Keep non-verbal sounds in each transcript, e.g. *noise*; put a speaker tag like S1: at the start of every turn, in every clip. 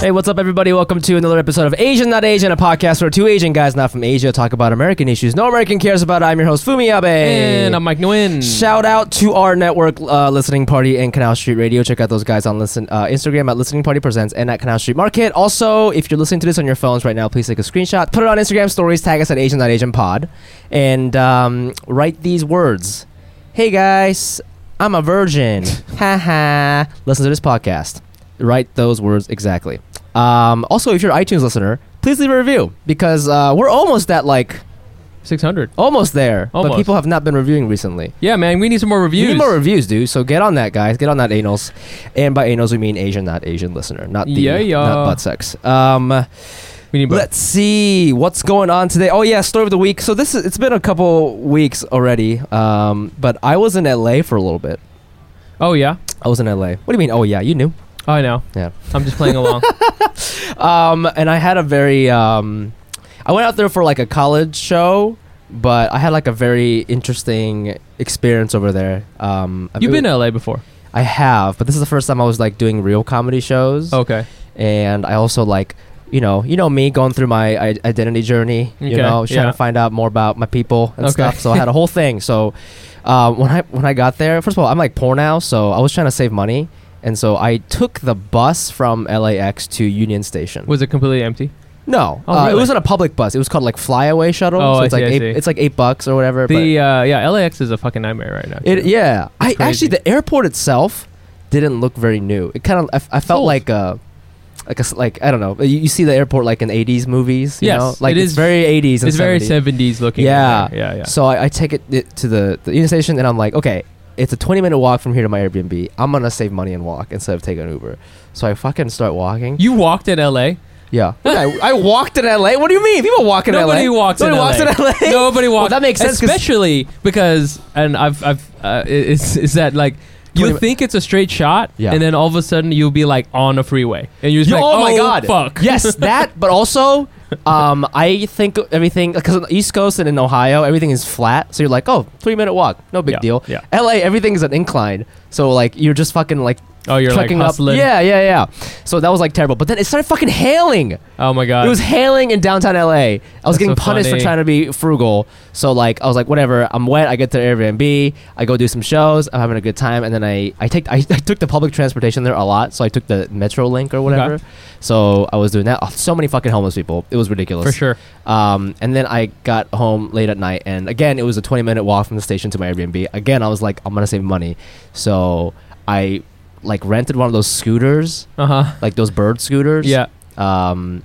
S1: Hey, what's up, everybody? Welcome to another episode of Asian Not Asian, a podcast where two Asian guys not from Asia talk about American issues no American cares about. I'm your host, Fumi Abe.
S2: And I'm Mike Nguyen.
S1: Mm. Shout out to our network, uh, Listening Party and Canal Street Radio. Check out those guys on listen uh, Instagram at Listening Party Presents and at Canal Street Market. Also, if you're listening to this on your phones right now, please take a screenshot, put it on Instagram stories, tag us at Asian Not Asian Pod, and um, write these words: Hey guys, I'm a virgin. Haha. Listen to this podcast. Write those words exactly. Um, also, if you're an iTunes listener, please leave a review because uh, we're almost at like
S2: 600.
S1: almost there, but
S2: Almost.
S1: people have not been reviewing recently.
S2: Yeah, man, we need some more reviews.
S1: We need more reviews, dude. So get on that, guys. Get on that anals. And by anals, we mean Asian, not Asian listener, not the
S2: Yeah, yeah.
S1: not butt sex. Um,
S2: We need more.
S1: let's see what's going on today. Oh yeah, story of the week. So this is, it's been a couple weeks already. Um, but I was in LA for a little bit.
S2: oh, yeah.
S1: I was in LA. What do you mean? Oh yeah, you knew.
S2: I know.
S1: Yeah.
S2: I'm just playing along.
S1: Um, and I had a very um, I went out there for like a college show. But I had like a very interesting experience over there. Um,
S2: You've
S1: it-
S2: been to LA before.
S1: I have, but this is the first time I was like doing real comedy shows.
S2: Okay.
S1: and I also like you know you know me going through my I- identity journey you
S2: Okay,
S1: know trying
S2: yeah.
S1: to find out more about my people and
S2: Okay.
S1: stuff so I had a
S2: *laughs*
S1: whole thing so um, when I when I got there first of all I'm like poor now so I was trying to save money and so I took the bus from LAX to Union Station
S2: Was it completely empty?
S1: no
S2: Oh,
S1: uh, it
S2: really?
S1: wasn't a public bus it was called like flyaway shuttle
S2: Oh,
S1: so
S2: I
S1: it's
S2: see,
S1: like
S2: I
S1: eight,
S2: see.
S1: it's like eight bucks or whatever but
S2: The uh, yeah, LAX is a fucking nightmare right now.
S1: it yeah I
S2: crazy.
S1: actually the airport itself didn't look very new it kind of I, f- I felt
S2: old.
S1: like a like a s like I don't know you, you see the airport like in 80s movies you
S2: Yes,
S1: know like
S2: it
S1: it's
S2: is-
S1: very 80s and
S2: it's very
S1: 70s.
S2: 70s looking.
S1: Yeah.
S2: in there. Yeah, yeah.
S1: so I, I take it th- to the the union station and I'm like okay it's a 20 minute walk from here to my Airbnb I'm gonna save money and walk instead of taking an Uber so I fucking start walking
S2: You walked in LA. *laughs*
S1: yeah I, I walked in LA what do you mean people walk in
S2: Nobody
S1: LA
S2: walks
S1: Nobody
S2: in
S1: walks
S2: LA.
S1: in LA
S2: *laughs* Nobody walks.
S1: that makes sense 'cause-
S2: especially because and I've I've uh, is is that like.
S1: Twenty
S2: You
S1: mi-
S2: think it's a straight shot,
S1: Yeah.
S2: and then all of a sudden you'll be like on a freeway, and you're just
S1: Yo,
S2: like,
S1: oh my god!
S2: fuck!" *laughs*
S1: Yes, that. But also, um, I think everything because on the East Coast and in Ohio, everything is flat. So you're like, oh, three minute walk, no big
S2: Yeah,
S1: deal.
S2: yeah.
S1: L.A. Everything is an incline, so like you're just fucking like
S2: Oh, you're like
S1: trucking up.
S2: hustling.
S1: Yeah, yeah, yeah. So that was like terrible. But then it started fucking hailing.
S2: Oh my god.
S1: It was hailing in downtown LA. I was
S2: That's
S1: getting
S2: so
S1: punished
S2: funny.
S1: for trying to be frugal. So like I was like, whatever. I'm wet. I get to Airbnb. I go do some shows. I'm having a good time, and then I I take I, *laughs* I took the public transportation there a lot. So I took the MetroLink or whatever.
S2: Okay.
S1: So I was doing that. Oh, so many fucking homeless people. It was ridiculous.
S2: for sure.
S1: Um, and then I got home late at night, and again, it was a 20 minute walk from the station to my Airbnb. Again, I was like, I'm gonna save money, so I like rented one of those scooters,
S2: Uh huh.
S1: like those bird scooters
S2: Yeah.
S1: um,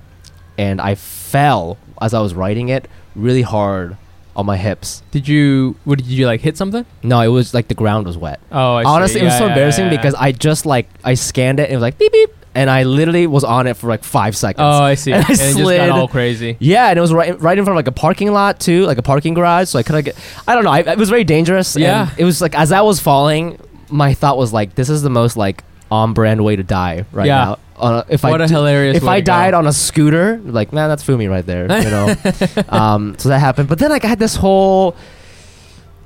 S1: and I fell as I was riding it really hard on my hips.
S2: Did you? What did you like? Hit something?
S1: No, it was like the ground was wet.
S2: Oh, I see.
S1: Honestly, it was
S2: Yeah,
S1: so
S2: yeah,
S1: embarrassing
S2: yeah, yeah.
S1: because I just like I scanned it and it was like beep beep, and I literally was on it for like five seconds. *laughs*
S2: Oh, I see.
S1: And
S2: And,
S1: I
S2: it just
S1: slid.
S2: got all crazy.
S1: yeah, and it was right right in front of like a parking lot too, like a parking garage. So I couldn't get. I don't know. I, it was very dangerous. and
S2: Yeah.
S1: it was like as I was falling, my thought was like, this is the most like on brand way to die right
S2: Yeah.
S1: now. Uh, if I
S2: what a
S1: do-
S2: hilarious.
S1: if
S2: way
S1: I
S2: to go.
S1: died on a scooter, like man, that's Fumi right there, you know.
S2: *laughs*
S1: um, so that happened, but then like I had this whole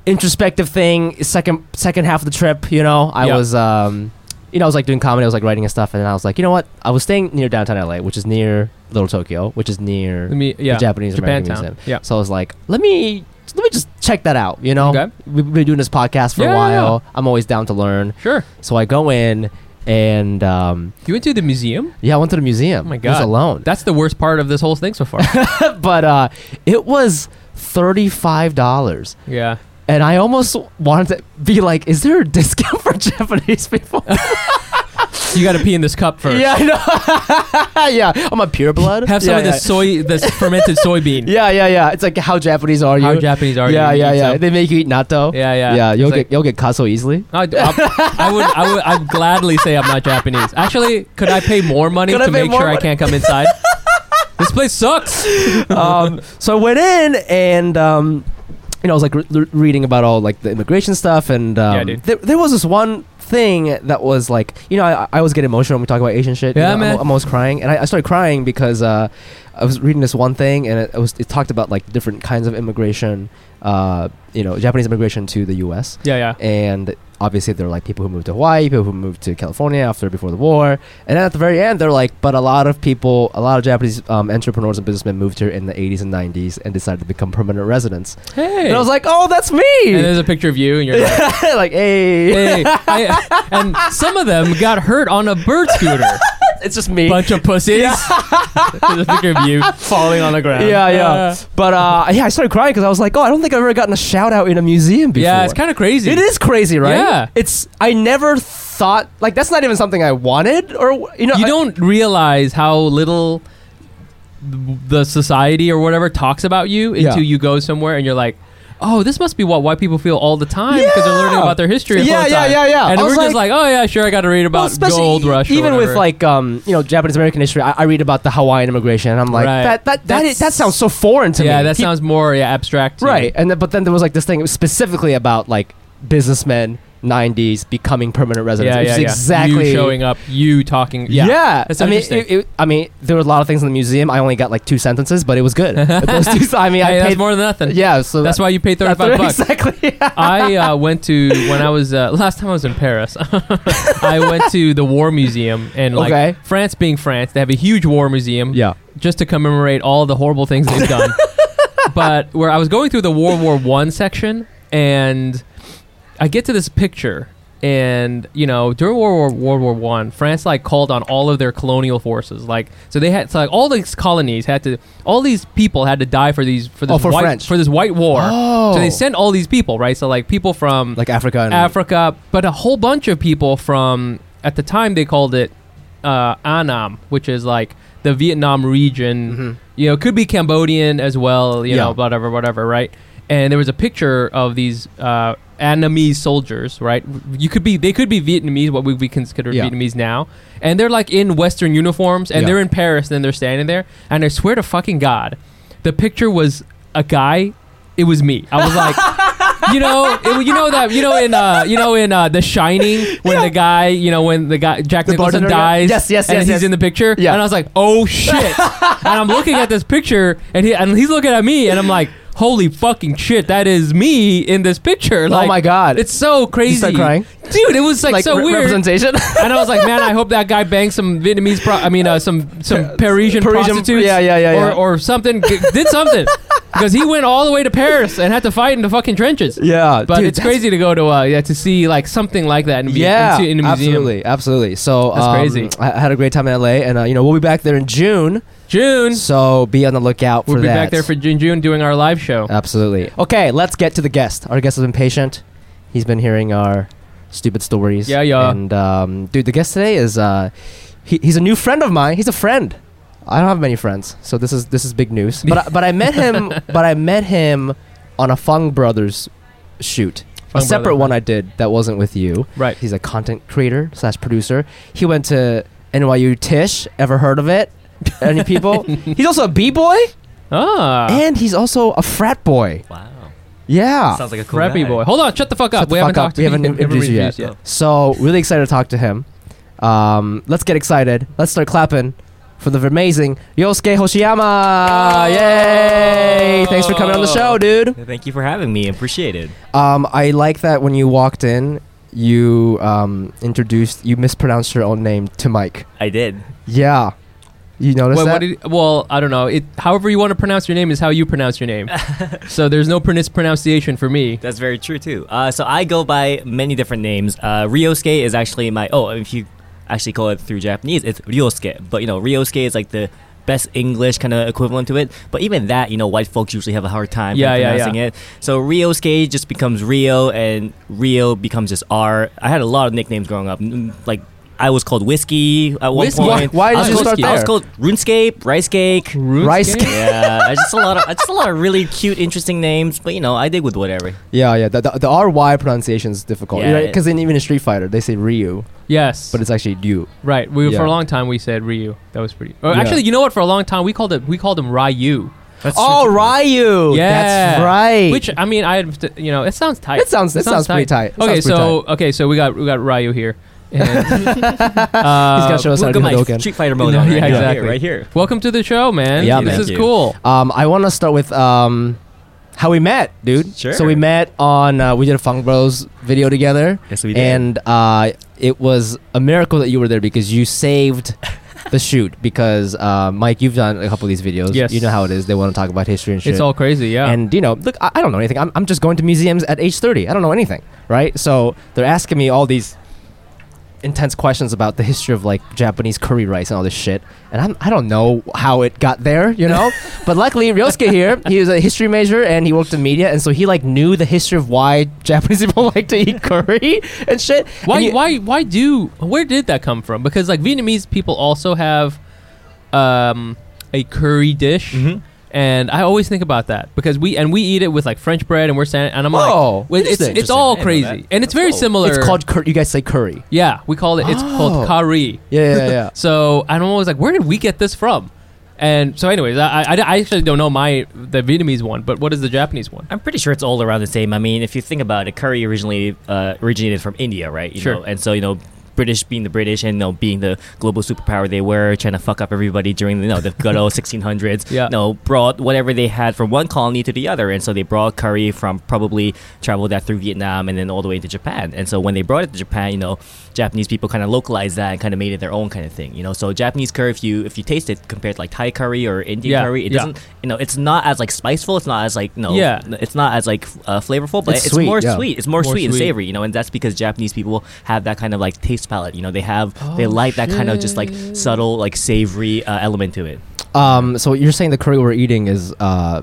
S1: introspective thing. Second second half of the trip, you know, I
S2: Yeah.
S1: was, um, you know, I was like doing comedy, I was like writing and stuff, and then I was like, you know what? I was staying near downtown LA, which is near Little Tokyo, which is near
S2: Let me, Mm, yeah,
S1: the Japanese American
S2: Japantown.
S1: Museum.
S2: Yeah.
S1: So I was like, let me let me just check that out, you know.
S2: Okay.
S1: We've been doing this podcast for
S2: Yeah,
S1: a
S2: yeah,
S1: while. I'm always down to learn,
S2: Sure.
S1: so I go in. And um,
S2: You went to the museum?
S1: yeah, I went to the museum.
S2: Oh my
S1: It was
S2: God.
S1: alone. *laughs*
S2: That's the worst part of this whole thing so far.
S1: but uh, it was thirty-five dollars.
S2: Yeah.
S1: And I almost wanted to be like, "Is there a discount for *laughs* Japanese people?"
S2: You got to pee in this cup first.
S1: Yeah, I know. *laughs* yeah, I'm a pure blood.
S2: Have some
S1: yeah,
S2: of this
S1: *laughs*
S2: soy, this fermented soybean.
S1: Yeah. yeah, yeah, yeah. It's like how Japanese are you?
S2: How Japanese are
S1: yeah,
S2: you?
S1: yeah,
S2: You eat
S1: yeah.
S2: some-
S1: They make you eat natto.
S2: Yeah, yeah.
S1: yeah. You'll
S2: It's
S1: get you'll get kaso easily.
S2: like- I, I- I would, I would, I'd gladly say I'm not Japanese. Actually, could I pay more money
S1: Could I
S2: to
S1: pay
S2: make
S1: more
S2: sure I
S1: money?
S2: can't
S1: *laughs*
S2: come inside? this place sucks. *laughs*
S1: um, so I went in and. Um, you know, I was like re- re- reading about all like the immigration stuff, and um,
S2: Yeah, dude.
S1: There, there was this one thing that was like, you know, I, I always get emotional when we talk about Asian shit. you
S2: Yeah,
S1: know, I'm-
S2: man.
S1: I'm, almost crying, and I, I started crying because uh, I was reading this one thing, and it, it was it talked about like different kinds of immigration, uh, you know, Japanese immigration to the U.S.
S2: Yeah, yeah.
S1: and obviously there are like people who moved to Hawaii, people who moved to California after before the war, and then at the very end they're like, but a lot of people, a lot of Japanese um, entrepreneurs and businessmen moved here in the 80s and 90s and decided to become permanent residents.
S2: Hey.
S1: And I was like, oh, that's *laughs* me.
S2: and there's a picture of you, and you're like,
S1: like, hey,
S2: hey. I, and some of them got hurt on a bird scooter.
S1: *laughs* it's just me.
S2: Bunch of pussies.
S1: *laughs*
S2: there's a picture of you falling on the ground.
S1: yeah, yeah,
S2: Uh,
S1: but uh, yeah, I started crying because I was like, "Oh, I don't think I've ever gotten a shout out in a museum before."
S2: yeah, it's kind of crazy.
S1: It is crazy, right?
S2: Yeah.
S1: it's. I never thought like that's not even something I wanted, or you know,
S2: *laughs* you
S1: I-
S2: don't realize how little the society or whatever talks about you
S1: Yeah.
S2: until you go somewhere and you're like, oh, this must be what white people feel all the time because they're learning
S1: Yeah.
S2: about their history. all
S1: Yeah,
S2: the
S1: yeah,
S2: time.
S1: yeah, yeah.
S2: And
S1: I
S2: we're
S1: was
S2: just like, oh yeah, sure, I got to read
S1: Well,
S2: about
S1: especially e-
S2: gold rush. or
S1: Even with
S2: whatever."
S1: like um, you know Japanese American history, I, I read about the Hawaiian immigration, and I'm like
S2: Right.
S1: that that that, is, that
S2: That's-
S1: sounds so foreign to me.
S2: yeah, that
S1: He-
S2: sounds more yeah abstract. to
S1: *laughs* right.
S2: me.
S1: And then, but then there was like this thing it was specifically about like businessmen '90s becoming permanent residents,
S2: Yeah,
S1: which
S2: yeah,
S1: is
S2: yeah.
S1: exactly
S2: you showing up, you talking. Yeah,
S1: Yeah,
S2: That's
S1: I mean,
S2: interesting.
S1: it- it- I mean, there were a lot of things in the museum. I only got like two sentences, but it was
S2: *laughs*
S1: good. Those two- I mean,
S2: hey,
S1: I
S2: that's
S1: paid
S2: more than nothing.
S1: Yeah, so
S2: that's why you pay
S1: that-
S2: thirty
S1: *laughs*
S2: five bucks.
S1: Exactly.
S2: I uh, went to when I was uh, last time I was in Paris. *laughs* I went to the War Museum and like
S1: Okay.
S2: France being France, they have a huge war museum
S1: Yeah.
S2: just to commemorate all the horrible things
S1: *laughs*
S2: they've done. but where I was going through the World War One section, and I get to this picture, and you know during World War World War One, France like called on all of their colonial forces, like so they had so, like all these colonies had to, all these people had to die for these for this
S1: Oh, for
S2: white
S1: French.
S2: for this white war.
S1: Oh.
S2: So they sent all these people, right? So like people from
S1: like Africa. And,
S2: Africa, but a whole bunch of people from at the time they called it uh, Annam, which is like the Vietnam region. You know, could be Cambodian as well. You
S1: Mm-hmm. Yeah.
S2: know, whatever, whatever, right? And there was a picture of these uh, Annamese soldiers, right? You could be they could be Vietnamese, what we, we consider
S1: Yeah.
S2: Vietnamese now, and they're like in Western uniforms, and
S1: Yeah.
S2: they're in Paris, and they're standing there, and I swear to fucking God, the picture was a guy. It was me. I was
S1: *laughs*
S2: like. you know, it, you know that you know in uh, you know in uh, The Shining when the guy, you know, when the guy Jack
S1: The
S2: Nicholson
S1: bartender guy?
S2: dies,
S1: Yes, yes,
S2: and
S1: yes,
S2: he's
S1: yes.
S2: in the picture,
S1: Yeah.
S2: and I was like, oh shit,
S1: *laughs*
S2: and I'm looking at this picture, and he and he's looking at me, and I'm like, holy fucking shit, that is me in this picture. Like,
S1: Oh my God.
S2: it's so crazy.
S1: start crying?
S2: dude. It was like,
S1: like
S2: so
S1: re-
S2: weird.
S1: representation. *laughs*
S2: and I was like, man, I hope that guy bangs some Vietnamese, pro- I mean, uh,
S1: *laughs*
S2: some some Parisian,
S1: Parisian-
S2: prostitutes,
S1: yeah, yeah, yeah,
S2: or,
S1: yeah.
S2: or something, g-
S1: *laughs*
S2: did something, because he went all the way to Paris and had to fight in the fucking trenches.
S1: yeah,
S2: But
S1: dude,
S2: it's
S1: that's-
S2: crazy to go to uh, yeah to see like something like that in, mu-
S1: yeah,
S2: in, a museum.
S1: absolutely, absolutely. So
S2: That's
S1: um,
S2: crazy.
S1: I I had a great time in LA, and uh, you know we'll be back there in June.
S2: June,
S1: So be on the lookout
S2: we'll
S1: for
S2: be
S1: that.
S2: back there for June June doing our live show.
S1: absolutely. Okay, let's get to the guest. Our guest has been patient. He's been hearing our stupid stories.
S2: Yeah, yeah.
S1: And um, dude, the guest today is uh, he, he's a new friend of mine. He's a friend. I don't have many friends, so this is this is big news. But I, but I met
S2: *laughs*
S1: him. But I met him on a Fung Brothers shoot.
S2: Fung
S1: a separate
S2: Brothers.
S1: one I did that wasn't with you.
S2: Right.
S1: He's a content creator slash producer. He went to NYU Tisch. Ever heard of it? Any
S2: *laughs*
S1: people? he's also a b boy
S2: Ah,
S1: and he's also a frat boy.
S3: Wow.
S1: Yeah.
S3: Sounds like a cool
S2: crappy
S3: guy.
S2: boy. Hold on, shut the fuck
S1: Shut
S2: up.
S1: the
S2: we haven't
S1: fuck up.
S2: talked.
S1: We haven't
S2: haven't
S1: introduced you
S2: introduced
S3: yet.
S1: So really excited to talk to him. Um, let's get excited. Let's start clapping for the amazing Yosuke Hoshiyama. Yay! Thanks for coming on the show, dude.
S3: Thank you for having me. Appreciate it.
S1: Um, I like that when you walked in, you um, introduced, you mispronounced your own name to Mike.
S3: I did.
S1: Yeah. You noticed
S2: Well,
S1: that?
S2: what did, well, I don't know. It, however you want to pronounce your name is how you pronounce
S1: *laughs*
S2: your name. so there's no pronoun- pronunciation for me.
S3: That's very true too. Uh, so I go by many different names. Uh, Ryosuke is actually my. Oh, if you actually call it through Japanese, it's Ryosuke. But you know, Ryosuke is like the best English kind of equivalent to it. But even that, you know, white folks usually have a hard time
S2: Yeah, yeah,
S3: pronouncing
S2: yeah.
S3: it. So Riosuke just becomes Rio, and Rio becomes just R. I had a lot of nicknames growing up, Mm, like. I was called whiskey at one
S2: Whiskey?
S3: point.
S1: Why- why
S3: I was
S1: did you
S3: called-
S1: start
S3: I was
S1: there?
S3: called RuneScape, Rice Cake.
S1: Rice
S2: Runescape?
S3: yeah, I just a lot of just a lot of really cute, interesting names. But you know, I dig with whatever.
S1: Yeah, yeah. The, the, the RY pronunciation is difficult.
S3: Yeah, it-
S1: Because in even in Street Fighter, they say Ryu,
S2: Yes,
S1: but it's actually Ryu.
S2: right. We
S1: Yeah.
S2: for a long time we said Ryu. That was pretty. Or
S1: Yeah.
S2: Actually, you know what? For a long time we called it we called him Ryu.
S3: That's
S1: Oh, Ryu!
S2: Yeah.
S1: That's right.
S2: Which I mean, I have to- you know, it sounds tight.
S1: It sounds- it sounds pretty tight. It
S2: okay,
S1: sounds pretty
S2: so okay, so we got we got Ryu
S1: *laughs*
S2: here. And,
S1: He's
S2: uh,
S1: gotta show us how
S3: Look
S1: to
S3: at
S1: do
S3: my
S1: Hadouken.
S3: Street Fighter mode.
S2: Yeah,
S3: on
S2: yeah,
S3: right now.
S2: exactly.
S3: Right here.
S2: welcome to the show, man.
S1: Yeah,
S2: this
S3: man.
S2: is
S3: Thank you.
S2: cool.
S1: Um, I want to start with um, how we met, dude.
S3: Sure.
S1: So we met on uh, we did a Funk Bros video together,
S3: Yes, we did.
S1: and uh, it was a miracle that you were there because you saved the shoot. Because uh, Mike, you've done a couple of these videos.
S2: Yes.
S1: You know how it is. They want to talk about history and shit.
S2: It's all crazy, yeah.
S1: And you know, look, I, I don't know anything. I'm, I'm just going to museums at age 30. I don't know anything, right? So they're asking me all these intense questions about the history of like Japanese curry rice and all this shit, and I'm, I don't know how it got there, you know.
S2: *laughs*
S1: but luckily, Ryosuke here, he was a history major and he worked in media, and so he like knew the history of why *laughs* Japanese people like to eat curry and shit.
S2: why
S1: And you-
S2: why why do where did that come from? Because like Vietnamese people also have um, a curry dish.
S3: Mm-hmm.
S2: And I always think about that because we and we eat it with like French bread and we're saying and I'm
S1: Whoa,
S2: like well, it's
S1: interesting.
S2: it's all
S3: Interesting. I didn't know
S2: crazy
S3: that.
S2: and it's very
S3: That's cool.
S2: similar.
S1: It's called curry. You guys say curry.
S2: yeah we call it it's
S1: Oh.
S2: called curry.
S1: Yeah, yeah,
S2: *laughs*
S1: yeah.
S2: So I'm always like, where did we get this from? And so, anyways, I, I, I actually don't know my the Vietnamese one, but what is the Japanese one?
S3: I'm pretty sure it's all around the same. I mean, if you think about it, curry originally uh, originated from India, right? You
S2: Sure.
S3: Know? And so you know. British being the British and you know, being the global superpower they were, trying to fuck up everybody during the you know, the good old
S2: *laughs*
S3: 1600s.
S2: Yeah.
S3: No, brought whatever they had from one colony to the other, and so they brought curry from probably traveled that through Vietnam and then all the way to Japan. And so when they brought it to Japan, you know, Japanese people kind of localized that and kind of made it their own kind of thing. You know, so Japanese curry, if you if you taste it compared to like Thai curry or Indian
S2: Yeah,
S3: curry, it
S2: yeah.
S3: doesn't you know it's not as like spiceful. It's not as like you know
S2: Yeah.
S3: it's not as like f- uh, flavorful, but
S1: It's
S3: it's,
S1: sweet,
S3: more
S1: yeah.
S3: sweet. It's more,
S2: More
S3: sweet, and
S2: sweet.
S3: savory, you know, and that's because Japanese people have that kind of like taste palette. You know, they have
S1: Oh,
S3: they like that kind of just like subtle like savory uh, element to it.
S1: Um, so you're saying the curry we're eating is uh,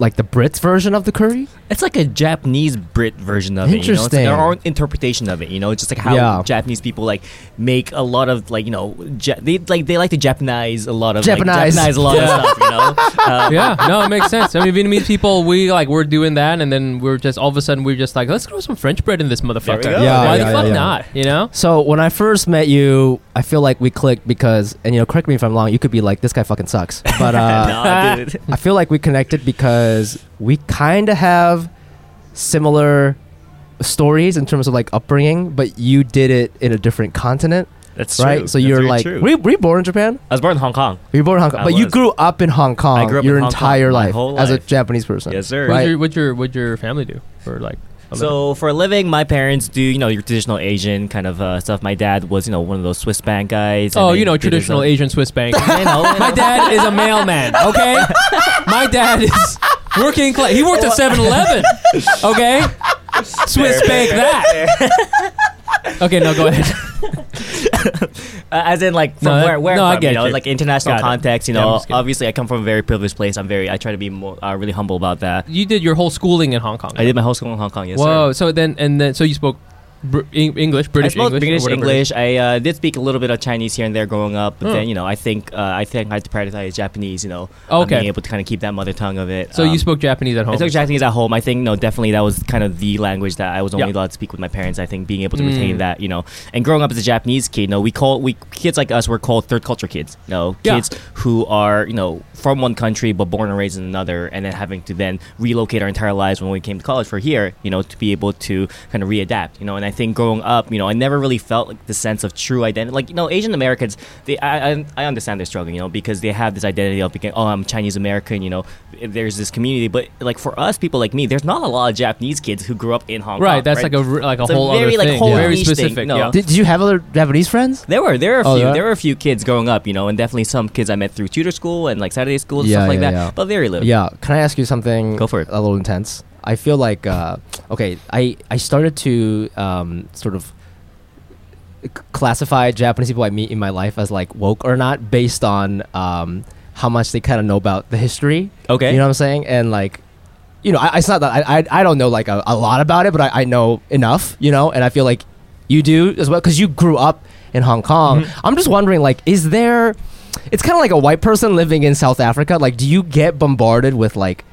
S1: like the Brits version of the curry?
S3: It's like a Japanese Brit version of it. You know, it's
S1: Interesting.
S3: like their own interpretation of it. You know, it's just like how
S1: Yeah.
S3: Japanese people like make a lot of like you know ja- they like they like to Japanize a lot of like,
S1: Japanize.
S3: Japanize a lot of stuff.
S1: *laughs*
S3: You know, uh,
S2: *laughs* yeah, no, it makes sense. I mean, Vietnamese people, we like we're doing that, and then we're just all of a sudden we're just like, let's throw some French bread in this motherfucker.
S3: go.
S1: Yeah,
S2: why
S1: yeah,
S2: the fuck
S1: yeah.
S2: not? You know?
S1: So when I first met you, I feel like we clicked because, and you know, correct me if I'm wrong. You could be like, this guy fucking
S3: *laughs*
S1: sucks, but uh,
S3: Nah, dude.
S1: I feel like we connected because we kind of have similar stories in terms of like upbringing, but you did it in a different continent,
S3: that's
S1: right?
S3: true.
S1: So
S3: That's
S1: you're
S3: very
S1: like,
S3: true.
S1: were you, were you born in Japan?
S3: I was born in Hong Kong.
S1: Were you born in Hong Kong?
S3: I
S1: but you
S3: was.
S1: grew up in Hong Kong
S3: grew up
S1: your
S3: in Hong Kong
S1: entire
S3: my
S1: life
S3: whole
S1: as a
S3: life.
S1: Japanese person.
S3: Yes, sir.
S1: Right.
S2: What'd your, what'd your what'd your family do for like? a living?
S3: So for a living, my parents do you know your traditional Asian kind of uh, stuff. My dad was you know one of those Swiss bank guys. and
S2: oh,
S3: he
S2: you know,
S3: did his
S2: traditional
S3: own-
S2: Asian
S1: *laughs*
S2: Swiss bank. *laughs* My dad is a mailman. Okay, my dad is working. Cla- he worked at 7-Eleven. Okay, Swiss bank that. Okay, no, go ahead.
S3: Uh, as in like from
S2: No, that-
S3: where where
S2: no, I
S3: from,
S2: get
S3: you know
S2: you.
S3: like international
S2: Got it.
S3: context. You
S2: Yeah, I'm
S3: know,
S2: just kidding.
S3: obviously I come from a very privileged place. I'm very I try to be more uh, really humble about that.
S2: You did your whole schooling in Hong Kong.
S3: I did my whole school in Hong Kong. Yes, sir.
S2: Whoa. So then, and then, so you spoke Br- Eng- English, British
S3: I spoke
S2: English, or
S3: British
S2: whatever it
S3: English. I uh, did speak a little bit of Chinese here and there growing up, but
S2: Hmm.
S3: then you know I think uh, I think I had to prioritize Japanese. You know, uh,
S2: Okay.
S3: being able to kind of keep that mother tongue of it.
S2: is. So
S3: Um,
S2: you spoke Japanese at home.
S3: I took Japanese at home. I think no, definitely that was kind of the language that I was only
S2: Yeah.
S3: allowed to speak with my parents. I think being able to
S2: Mm.
S3: retain that, you know, and growing up as a Japanese kid, you know, we call we kids like us were called third culture kids. You know,
S2: Yeah.
S3: kids who are you know from one country but born and raised in another, and then having to then relocate our entire lives when we came to college for here, you know, to be able to kind of readapt, you know. And I think growing up, you know, I never really felt like the sense of true identity. Like you know, Asian Americans, they I, I I understand their struggle, you know, because they have this identity of being oh I'm Chinese American, you know. There's this community, but like for us people like me, there's not a lot of Japanese kids who grew up in Hong Kong.
S2: Right. That's like a re- like a
S3: It's a
S2: whole
S3: very,
S2: other
S3: like,
S2: thing.
S3: whole
S2: very
S3: niche thing,
S2: specific.
S3: no.
S2: Yeah.
S1: Did, did you have other Japanese friends?
S3: There were there were a
S1: Oh,
S3: few
S1: yeah?
S3: there were a few kids growing up, you know, and definitely some kids I met through tutor school and like Saturday school and
S1: Yeah,
S3: stuff like
S1: yeah,
S3: that.
S1: yeah.
S3: But very little.
S1: Yeah. Can I ask you something?
S3: Go for it.
S1: A little intense. I feel like uh, okay. I I started to um, sort of c- classify Japanese people I meet in my life as like woke or not based on um, how much they kind of know about the history.
S3: Okay.
S1: You know what I'm saying? And like, you know, I, it's not that I, I, I don't know like a, a lot about it, but I, I know enough, you know, and I feel like you do as well because you grew up in Hong Kong.
S3: Mm-hmm.
S1: I'm just wondering, like, is there, it's kind of like a white person living in South Africa. Like, do you get bombarded with like,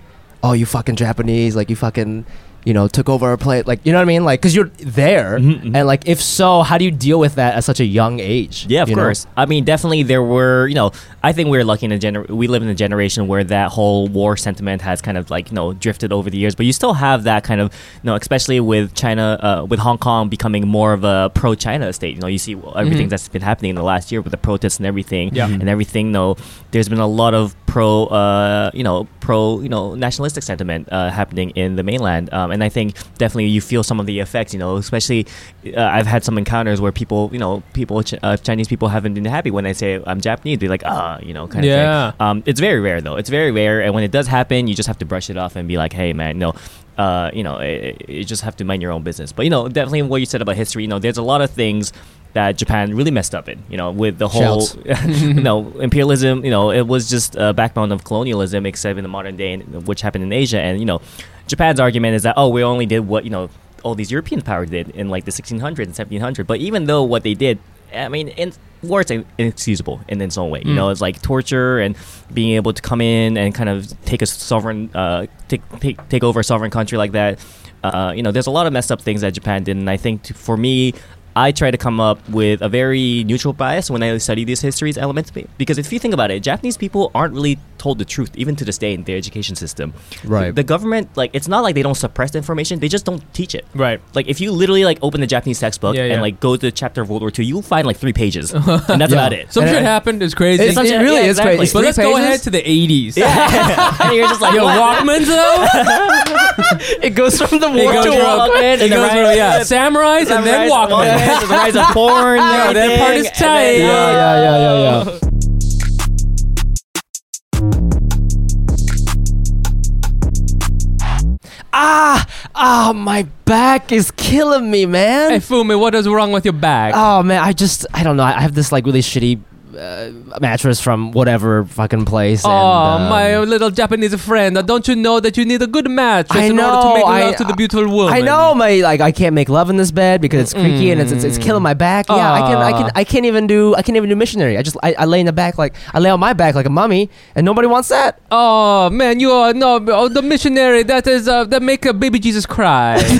S1: oh, you fucking Japanese, like, you fucking, you know, took over our plate, like, you know what I mean? Like, because you're there.
S3: Mm-hmm,
S1: And like, if so, how do you deal with that at such a young age?
S3: Yeah, of
S1: you know?
S3: course. I mean, definitely there were, you know, I think we we're lucky in a gener- we live in a generation where that whole war sentiment has kind of like, you know, drifted over the years, but you still have that kind of, you know, especially with China uh, with Hong Kong becoming more of a pro China state. You know, you see
S1: Mm-hmm.
S3: everything that's been happening in the last year with the protests and everything
S2: Yeah.
S3: and everything, you know, there's been a lot of pro uh, you know, pro, you know, nationalistic sentiment uh, happening in the mainland. Um, and I think definitely you feel some of the effects, you know, especially uh, I've had some encounters where people, you know, people, Ch- uh, Chinese people haven't been happy when I say I'm Japanese. They're like, ah, you know, kind
S2: Yeah.
S3: of thing. Um, it's very rare though. It's very rare. And when it does happen, you just have to brush it off and be like, hey, man, no. Uh, you know, eh, eh, you just have to mind your own business. But you know, definitely what you said about history. You know, there's a lot of things that Japan really messed up in. You know, with the whole
S1: Shouts.
S3: you *laughs* know, imperialism, you know, it was just a backbone of colonialism, except in the modern day, and- which happened in Asia. And, you know, Japan's argument is that, oh, we only did what, you know, all these European powers did in like the 1600s and 1700s. But even though what they did, I mean, in, war is in- inexcusable in its own way. You know, it's like torture and being able to come in and kind of take a sovereign, uh, take, take, take over a sovereign country like that. Uh, you know, there's a lot of messed up things that Japan did. And I think to, for me, I try to come up with a very neutral bias when I study these histories elements be- because if you think about it, Japanese people aren't really told the truth even to this day in their education system.
S1: Right.
S3: The government like it's not like they don't suppress the information, they just don't teach it.
S2: Right.
S3: Like if you literally like open the Japanese textbook
S2: Yeah, yeah.
S3: and like go to the chapter of World War II, you'll find like 3
S2: *laughs*
S3: pages. and that's about it.
S2: Some
S1: And
S2: *laughs* shit
S1: I-
S2: happened. It's crazy.
S1: It's actually
S3: yeah,
S1: really
S3: yeah,
S1: is
S3: exactly.
S1: crazy.
S2: but
S1: Three
S2: let's go
S1: pages?
S2: ahead to the 80s.
S3: and you're just like, *laughs*
S2: Yo,
S3: what?
S2: Walkman's
S3: *laughs*
S2: though?
S1: It goes from the
S2: *laughs* It
S1: war
S2: goes
S1: to
S2: from-
S1: war.
S3: Walkman
S2: it
S3: and the
S2: goes
S3: rise-
S2: from, yeah, samurais and then
S3: Rise of
S2: Walkman.
S3: Walkman, *laughs* the rise of
S2: *laughs*
S3: porn.
S2: Yo, that part is
S3: everything, and then-
S2: tight.
S1: Yeah, yeah, yeah, yeah, yeah. ah, ah, my back is killing me, man.
S2: Hey, Fumi, what is wrong with your back?
S1: oh man, I just, I don't know. I I have this like really shitty uh, mattress from whatever fucking place.
S2: oh,
S1: and, um,
S2: my little Japanese friend. uh, Don't you know that you need a good mattress
S1: I
S2: in order
S1: know,
S2: to make
S1: I-
S2: love to the beautiful woman?
S1: I know my like I can't make love in this bed because it's creaky and it's, it's it's killing my back. Yeah, I can I
S2: Aw.
S1: can I can't even do I can't even do missionary. I just I, I lay in the back like I lay on my back like a mummy and nobody wants that.
S2: Oh man, you are no oh, the missionary that is uh, that make a baby Jesus cry.
S1: *laughs*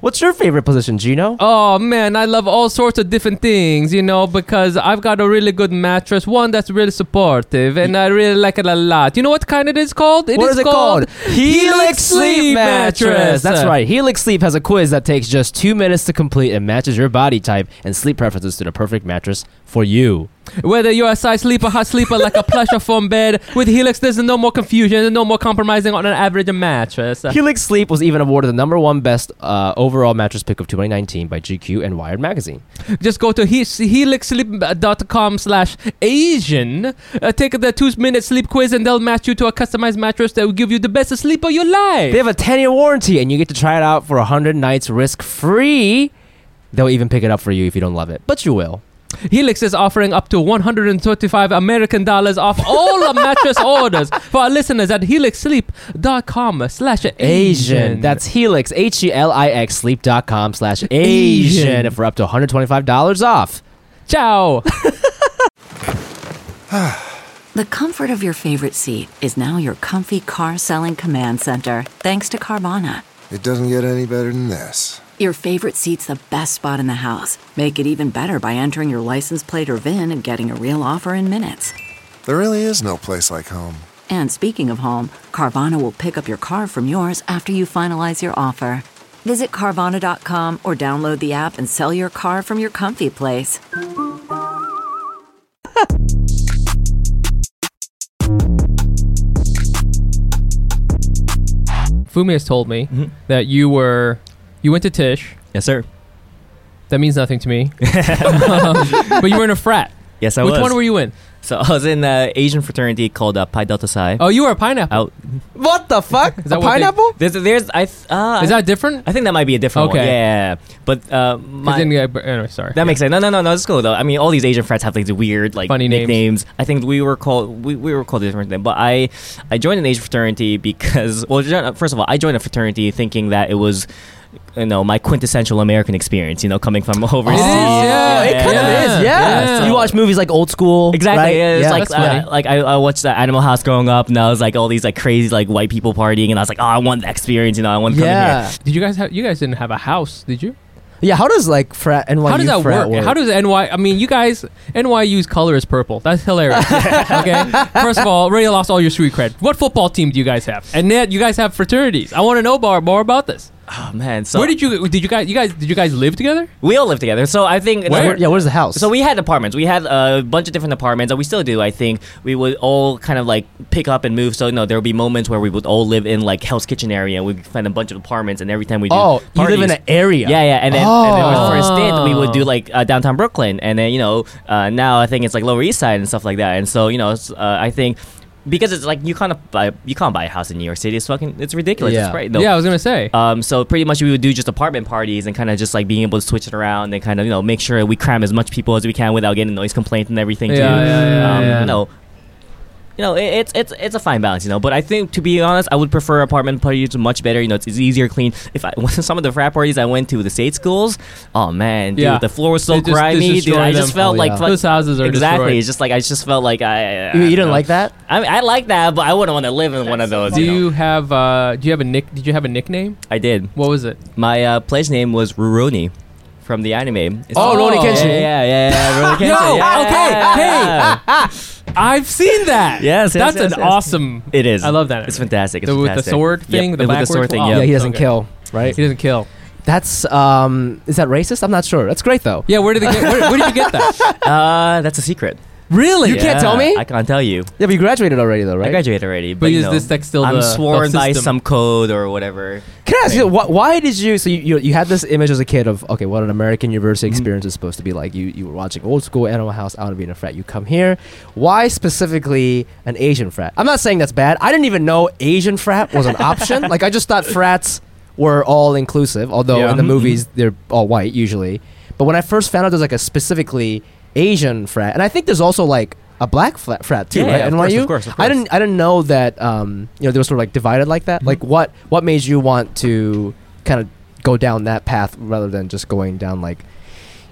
S1: What's your favorite position, Gino?
S2: oh man, I love all sorts of different things, you know, because I've got a really good mattress, one that's really supportive, and I really like it a lot. You know what kind it is called? It
S1: what is it called? That's
S2: Uh,
S1: right. Helix Sleep has a quiz that takes just two minutes to complete and matches your body type and sleep preferences to the perfect mattress for you.
S2: Whether you're a side sleeper, hot sleeper, like a plush or foam bed, with Helix there's no more confusion and no more compromising on an average mattress.
S1: Helix Sleep was even awarded the number one best uh, overall mattress pick of 2019 by GQ and Wired magazine.
S2: Just go to he- helixsleep.com slash Asian, uh, take the two-minute sleep quiz, and they'll match you to a customized mattress that will give you the best sleep of your life.
S1: They have a 10 year warranty and you get to try it out for 100 nights risk free. They'll even pick it up for you if you don't love it, but you will.
S2: Helix is offering up to 125 American dollars off all of mattress *laughs* orders for our listeners at helixsleep.com slash Asian.
S1: Asian. That's Helix, H E L I X, sleep.com slash Asian for up to $125 off.
S2: ciao.
S4: The comfort of your favorite seat is now your comfy car selling command center, thanks to Carvana.
S5: It doesn't get any better than this.
S4: Your favorite seat's the best spot in the house. Make it even better by entering your license plate or VIN and getting a real offer in minutes.
S5: There really is no place like home.
S4: And speaking of home, Carvana will pick up your car from yours after you finalize your offer. Visit Carvana.com or download the app and sell your car from your comfy place.
S2: Fumi has told me
S1: Mm-hmm.
S2: that you were, you went to Tish.
S3: Yes, sir.
S2: That means nothing to me. Um, but you were in a frat.
S3: Yes, I
S2: Which
S3: was.
S2: one were you in?
S3: So I was in an Asian fraternity called uh, Pi Delta Psi.
S2: Oh, you were a pineapple.
S3: Out.
S1: *laughs* What the fuck?
S2: that
S1: a
S2: what they-
S1: pineapple?
S3: There's, there's, I, th- uh,
S2: Is that different?
S3: I think that might be a different one.
S2: Okay.
S3: Yeah, but uh, my,
S2: 'Cause then, yeah, but- anyway, sorry.
S3: That makes sense. No, no, no, no. It's cool though. I mean, all these Asian frats have like the weird, like
S2: Funny names.
S3: nicknames. I think we were called we, we were called different things. But I I joined an Asian fraternity because *laughs* well, jo- first of all, I joined a fraternity thinking that it was you know my quintessential American experience. You know, coming from *laughs* overseas.
S2: yeah.
S1: it kind
S2: Yeah.
S1: of is, yeah.
S2: Yeah.
S1: So you watch movies like Old School,
S3: Exactly.
S1: right?
S3: Yeah, it's like
S2: that's funny.
S3: uh, like I, I watched the Animal House growing up, and I was like all these like crazy like white people partying, and I was like, oh, I want that experience. You know, I want to come in here.
S1: yeah.
S2: Did you guys have? You guys didn't have a house, did you?
S1: Yeah, How does like frat NYU
S2: How does that
S1: frat
S2: work? How does NY? I mean, you guys NYU's color is purple. That's hilarious. okay. First of all, already lost all your street cred. What football team do you guys have? And Ned, you guys have fraternities. I want to know more, more about this.
S3: Oh man, so
S2: Where did you? Did you guys? You guys? Did you guys live together?
S3: we all live together. So I think
S1: Where- yeah, where's the house?
S3: So we had apartments. We had a bunch of different apartments, and we still do. I think we would all kind of like pick up and move. So you know, there would be moments where we would all live in like Hell's Kitchen area. We find a bunch of apartments, and every time we do,
S1: oh, you live in
S3: parties-
S1: an area.
S3: yeah, yeah, and then, and then
S1: Oh.
S3: our first date we would do like uh, downtown Brooklyn, and then you know uh, now I think it's like Lower East Side and stuff like that, and so you know it's, uh, I think because it's like you kind of buy, you can't buy a house in New York City. It's fucking it's ridiculous.
S1: Yeah.
S3: It's great. No.
S2: Yeah, I was gonna say.
S3: Um, so pretty much we would do just apartment parties and kind of just like being able to switch it around and kind of you know make sure we cram as much people as we can without getting noise complaints and everything. too.
S2: Yeah, yeah, yeah,
S3: um,
S2: yeah.
S3: You know, you know, it, it's it's it's a fine balance, you know. But I think to be honest, I would prefer apartment parties much better. You know, it's, it's easier clean. If I *laughs* some of the frat parties I went to, the state schools, oh man, dude,
S2: Yeah.
S3: the floor was so
S2: They just- they
S3: grimy, dude.
S2: destroy
S3: I just
S2: them.
S3: felt
S1: Oh,
S3: like
S1: yeah.
S3: fuck-
S2: Those houses are
S3: exactly.
S2: destroyed.
S3: It's just like I just felt like I. I
S1: You, you
S3: I
S1: didn't
S3: don't
S1: like
S3: know.
S1: that?
S3: I, mean, I like that, but I wouldn't want to live in one of those.
S2: do
S3: you know?
S2: you have? Uh, do you have a nick? Did you have a nickname?
S3: I did.
S2: What was it?
S3: My uh, pledge name was Ruroni from the anime. It's
S1: Oh, Rurouni Kenshin.
S3: Yeah, yeah, yeah, yeah,
S1: *laughs*
S3: Rurouni
S2: No,
S3: Kenshin. yeah,
S2: okay,
S3: yeah,
S2: hey.
S3: yeah.
S2: I've seen that.
S3: Yes, yes,
S2: that's
S3: yes,
S2: an
S3: yes.
S2: awesome.
S3: It is.
S2: I love that.
S3: It's fantastic. It's
S2: The- with the
S3: fantastic.
S2: sword
S3: Yep,
S2: thing, the
S3: with the sword
S2: backwards-
S3: thing.
S2: wow.
S1: Yeah,
S3: Yeah.
S1: he doesn't
S2: Okay.
S1: kill. Right.
S2: He doesn't kill.
S1: That's um. Is that racist? I'm not sure. That's great though.
S2: Yeah, where did they get? Where, where did you get that?
S3: Uh, that's a secret.
S1: Really? You can't
S3: Yeah,
S1: tell me.
S3: I can't tell you.
S1: yeah, but you graduated already though, right?
S3: I graduated already. But,
S2: is
S3: you know,
S2: this, like, still
S3: I'm
S2: the-
S3: sworn
S2: the
S3: by
S2: system?
S3: some code or whatever.
S1: Can I ask you why, why did you? So you, you you had this image as a kid of okay, what an American university experience is supposed to be like. You you were watching old school Animal House. I want to be in a frat. You come here. Why specifically an Asian frat? I'm not saying that's bad. I didn't even know Asian frat was an option. like I just thought frats were all inclusive. Although
S2: Yeah.
S1: in the
S2: Mhm.
S1: movies they're all white usually. But when I first found out there's like a specifically Asian frat, and I think there's also like a black frat, frat too,
S3: Yeah,
S1: right?
S3: yeah, of
S1: NYU.
S3: course, of course, of
S1: I
S3: course. Mm-hmm.
S1: didn't I didn't know that um, you know they were sort of like divided like that. Like what what made you want to kind of go down that path rather than just going down like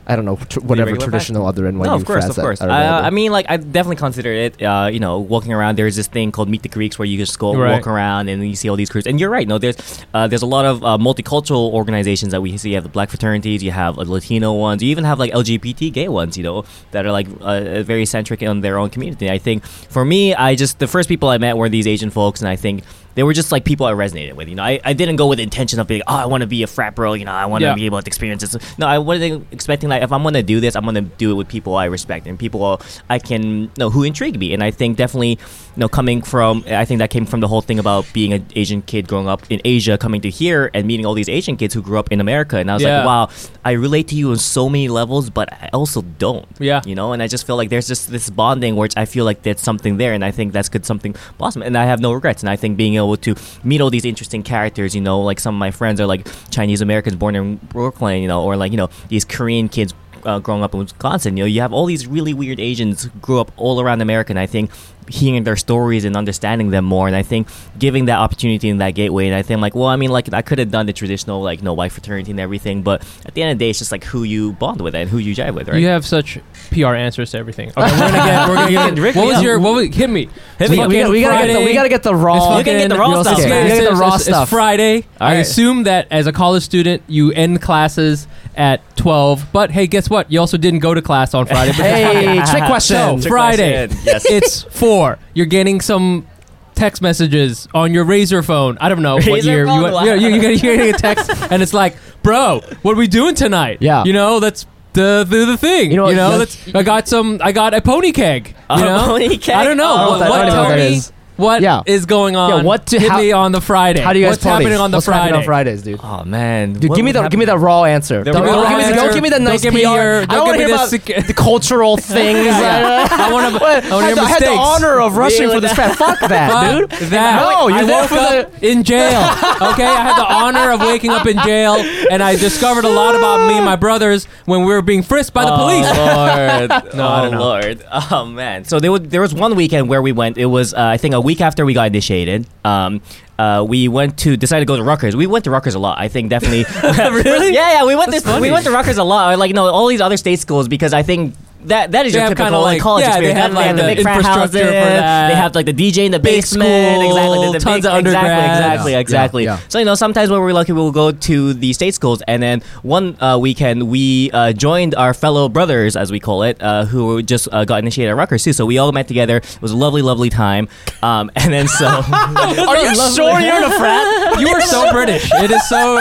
S1: I don't know tr- whatever
S3: regular path?
S1: traditional other NYU
S3: no, of course,
S1: frats
S3: of
S1: that
S3: course.
S1: are
S3: Uh, I
S1: available?
S3: mean, like I definitely consider it. Uh, you know, walking around, there's this thing called Meet the Greeks where you just go
S2: Right.
S3: walk around and you see all these groups. And you're right. No, there's uh, there's a lot of uh, multicultural organizations that we see. You have the black fraternities, you have uh, Latino ones, you even have like LGBT gay ones. You know, that are like uh, very centric on their own community. I think for me, I just the first people I met were these Asian folks, and I think. They were just like people I resonated with, you know. I, I didn't go with the intention of being, oh, I want to be a frat bro, you know. I want to
S2: Yeah.
S3: be able to experience this. No, I wasn't expecting like if I'm gonna do this, I'm gonna do it with people I respect and people I can you know who intrigue me. And I think definitely, you know, coming from I think that came from the whole thing about being an Asian kid growing up in Asia, coming to here and meeting all these Asian kids who grew up in America. And I was
S2: Yeah.
S3: like, wow, I relate to you on so many levels, but I also don't.
S2: Yeah.
S3: you know. And I just feel like there's just this bonding which I feel like there's something there, and I think that's good something blossom. And I have no regrets. And I think being able to meet all these interesting characters, you know, like some of my friends are like Chinese Americans born in Brooklyn, you know, or like you know these Korean kids. Uh, growing up in Wisconsin, you know, you have all these really weird Asians who grew up all around America, and I think hearing their stories and understanding them more, and I think giving that opportunity and that gateway, and I think like, well, I mean, like I could have done the traditional like no white fraternity and everything, but at the end of the day, it's just like who you bond with and who you jive with, right?
S2: You have such PR answers to everything. Okay, we're gonna get. We're gonna get.
S3: Rick
S2: what
S3: me
S2: was
S3: up.
S2: your? What was? Hit me. Hit
S1: we, we, gotta- we gotta get the, we gotta get the raw.
S3: You gotta get the raw
S1: real
S3: stuff,
S1: estate.
S3: man.
S1: We gotta get the raw
S2: it's,
S1: stuff.
S2: It's Friday. I
S3: right.
S2: assume that as a college student, you end classes at twelve. But hey, guess what? You also didn't go to class on Friday. because-
S1: *laughs* Hey,
S3: *laughs*
S1: trick question.
S2: So Friday,
S3: question. Yes.
S2: *laughs* it's four. You're getting some text messages on your razor phone. I don't know what
S3: Razor
S2: year
S3: phone?
S2: you,
S3: Wow.
S2: you, you, you get- you're getting a
S3: *laughs*
S2: text, and it's like, bro, what are we doing tonight?
S1: Yeah.
S2: you know that's. The, the, the thing
S1: You know what-
S2: you know,
S1: you know-
S2: that's, I got some I got a pony keg you
S3: A
S2: know
S3: pony keg?
S2: I don't know
S3: Oh,
S2: what,
S3: I
S2: what
S3: don't know
S2: tell
S3: what that
S2: me
S1: is.
S2: What is
S1: Yeah.
S2: going on?
S1: Yeah, what to-
S2: Give
S1: how-
S2: me on the Friday.
S1: How do you guys
S2: What's
S1: party?
S2: happening on the
S1: What's
S2: Friday?
S1: happening on Fridays, dude?
S3: Oh man,
S1: Dude, give me the give me the raw answer.
S3: The
S1: Don't,
S3: raw
S1: don't give me, the-
S2: answer.
S1: don't give me the
S2: Don't
S1: nice
S2: give me
S1: PR.
S2: your-
S1: I
S2: don't
S1: don't want to hear
S2: give me
S1: about
S2: the sec-
S1: the
S3: *laughs*
S1: cultural things.
S2: *laughs*
S1: uh,
S2: I want to. *laughs* I want to
S1: I, had the-
S2: hear
S1: I had
S2: mistakes.
S1: the honor of rushing for this prep. Fuck that, dude.
S3: Um,
S2: Fuck That.
S1: No,
S2: I
S1: you're there
S2: woke
S1: for
S2: up in jail. Okay, I had the honor of waking up in jail, and I discovered a lot about me and my brothers when we were being frisked by the
S3: *laughs* Oh.
S2: police.
S3: Lord.
S2: No,
S3: oh,
S2: I don't know.
S3: Lord. Oh, man. So there was, there was one weekend where we went. It was, uh, I think, a week after we got initiated. Um, uh, we went to decided to go to Rutgers. We went to Rutgers a lot. I think definitely.
S2: *laughs*
S3: really? *laughs* Yeah, yeah. We went to we went to Rutgers a lot. Like no, all these other state schools because I think. That, that is
S2: They
S3: your
S2: have
S3: typical
S2: kinda
S3: like,
S2: like-
S3: college
S2: yeah, they
S3: experience.
S2: have,
S3: That-
S2: like,
S3: have
S2: the
S3: big frat
S2: infrastructure for
S3: houses.
S2: that.
S3: They have like the DJ in the
S2: Big
S3: basement.
S2: school,
S3: Exactly. The, the
S2: tons
S3: big,
S2: of undergrads.
S3: Exactly.
S1: Yeah,
S3: Exactly.
S1: yeah.
S3: So you know, sometimes when we're lucky, we'll go to the state schools, and then one uh, weekend we uh, joined our fellow brothers, as we call it, uh, who just uh, got initiated at Rutgers too. So we all met together. It was a lovely, lovely time. Um, and then so, *laughs* are you sure you're in a frat?
S2: You are so British. It is so.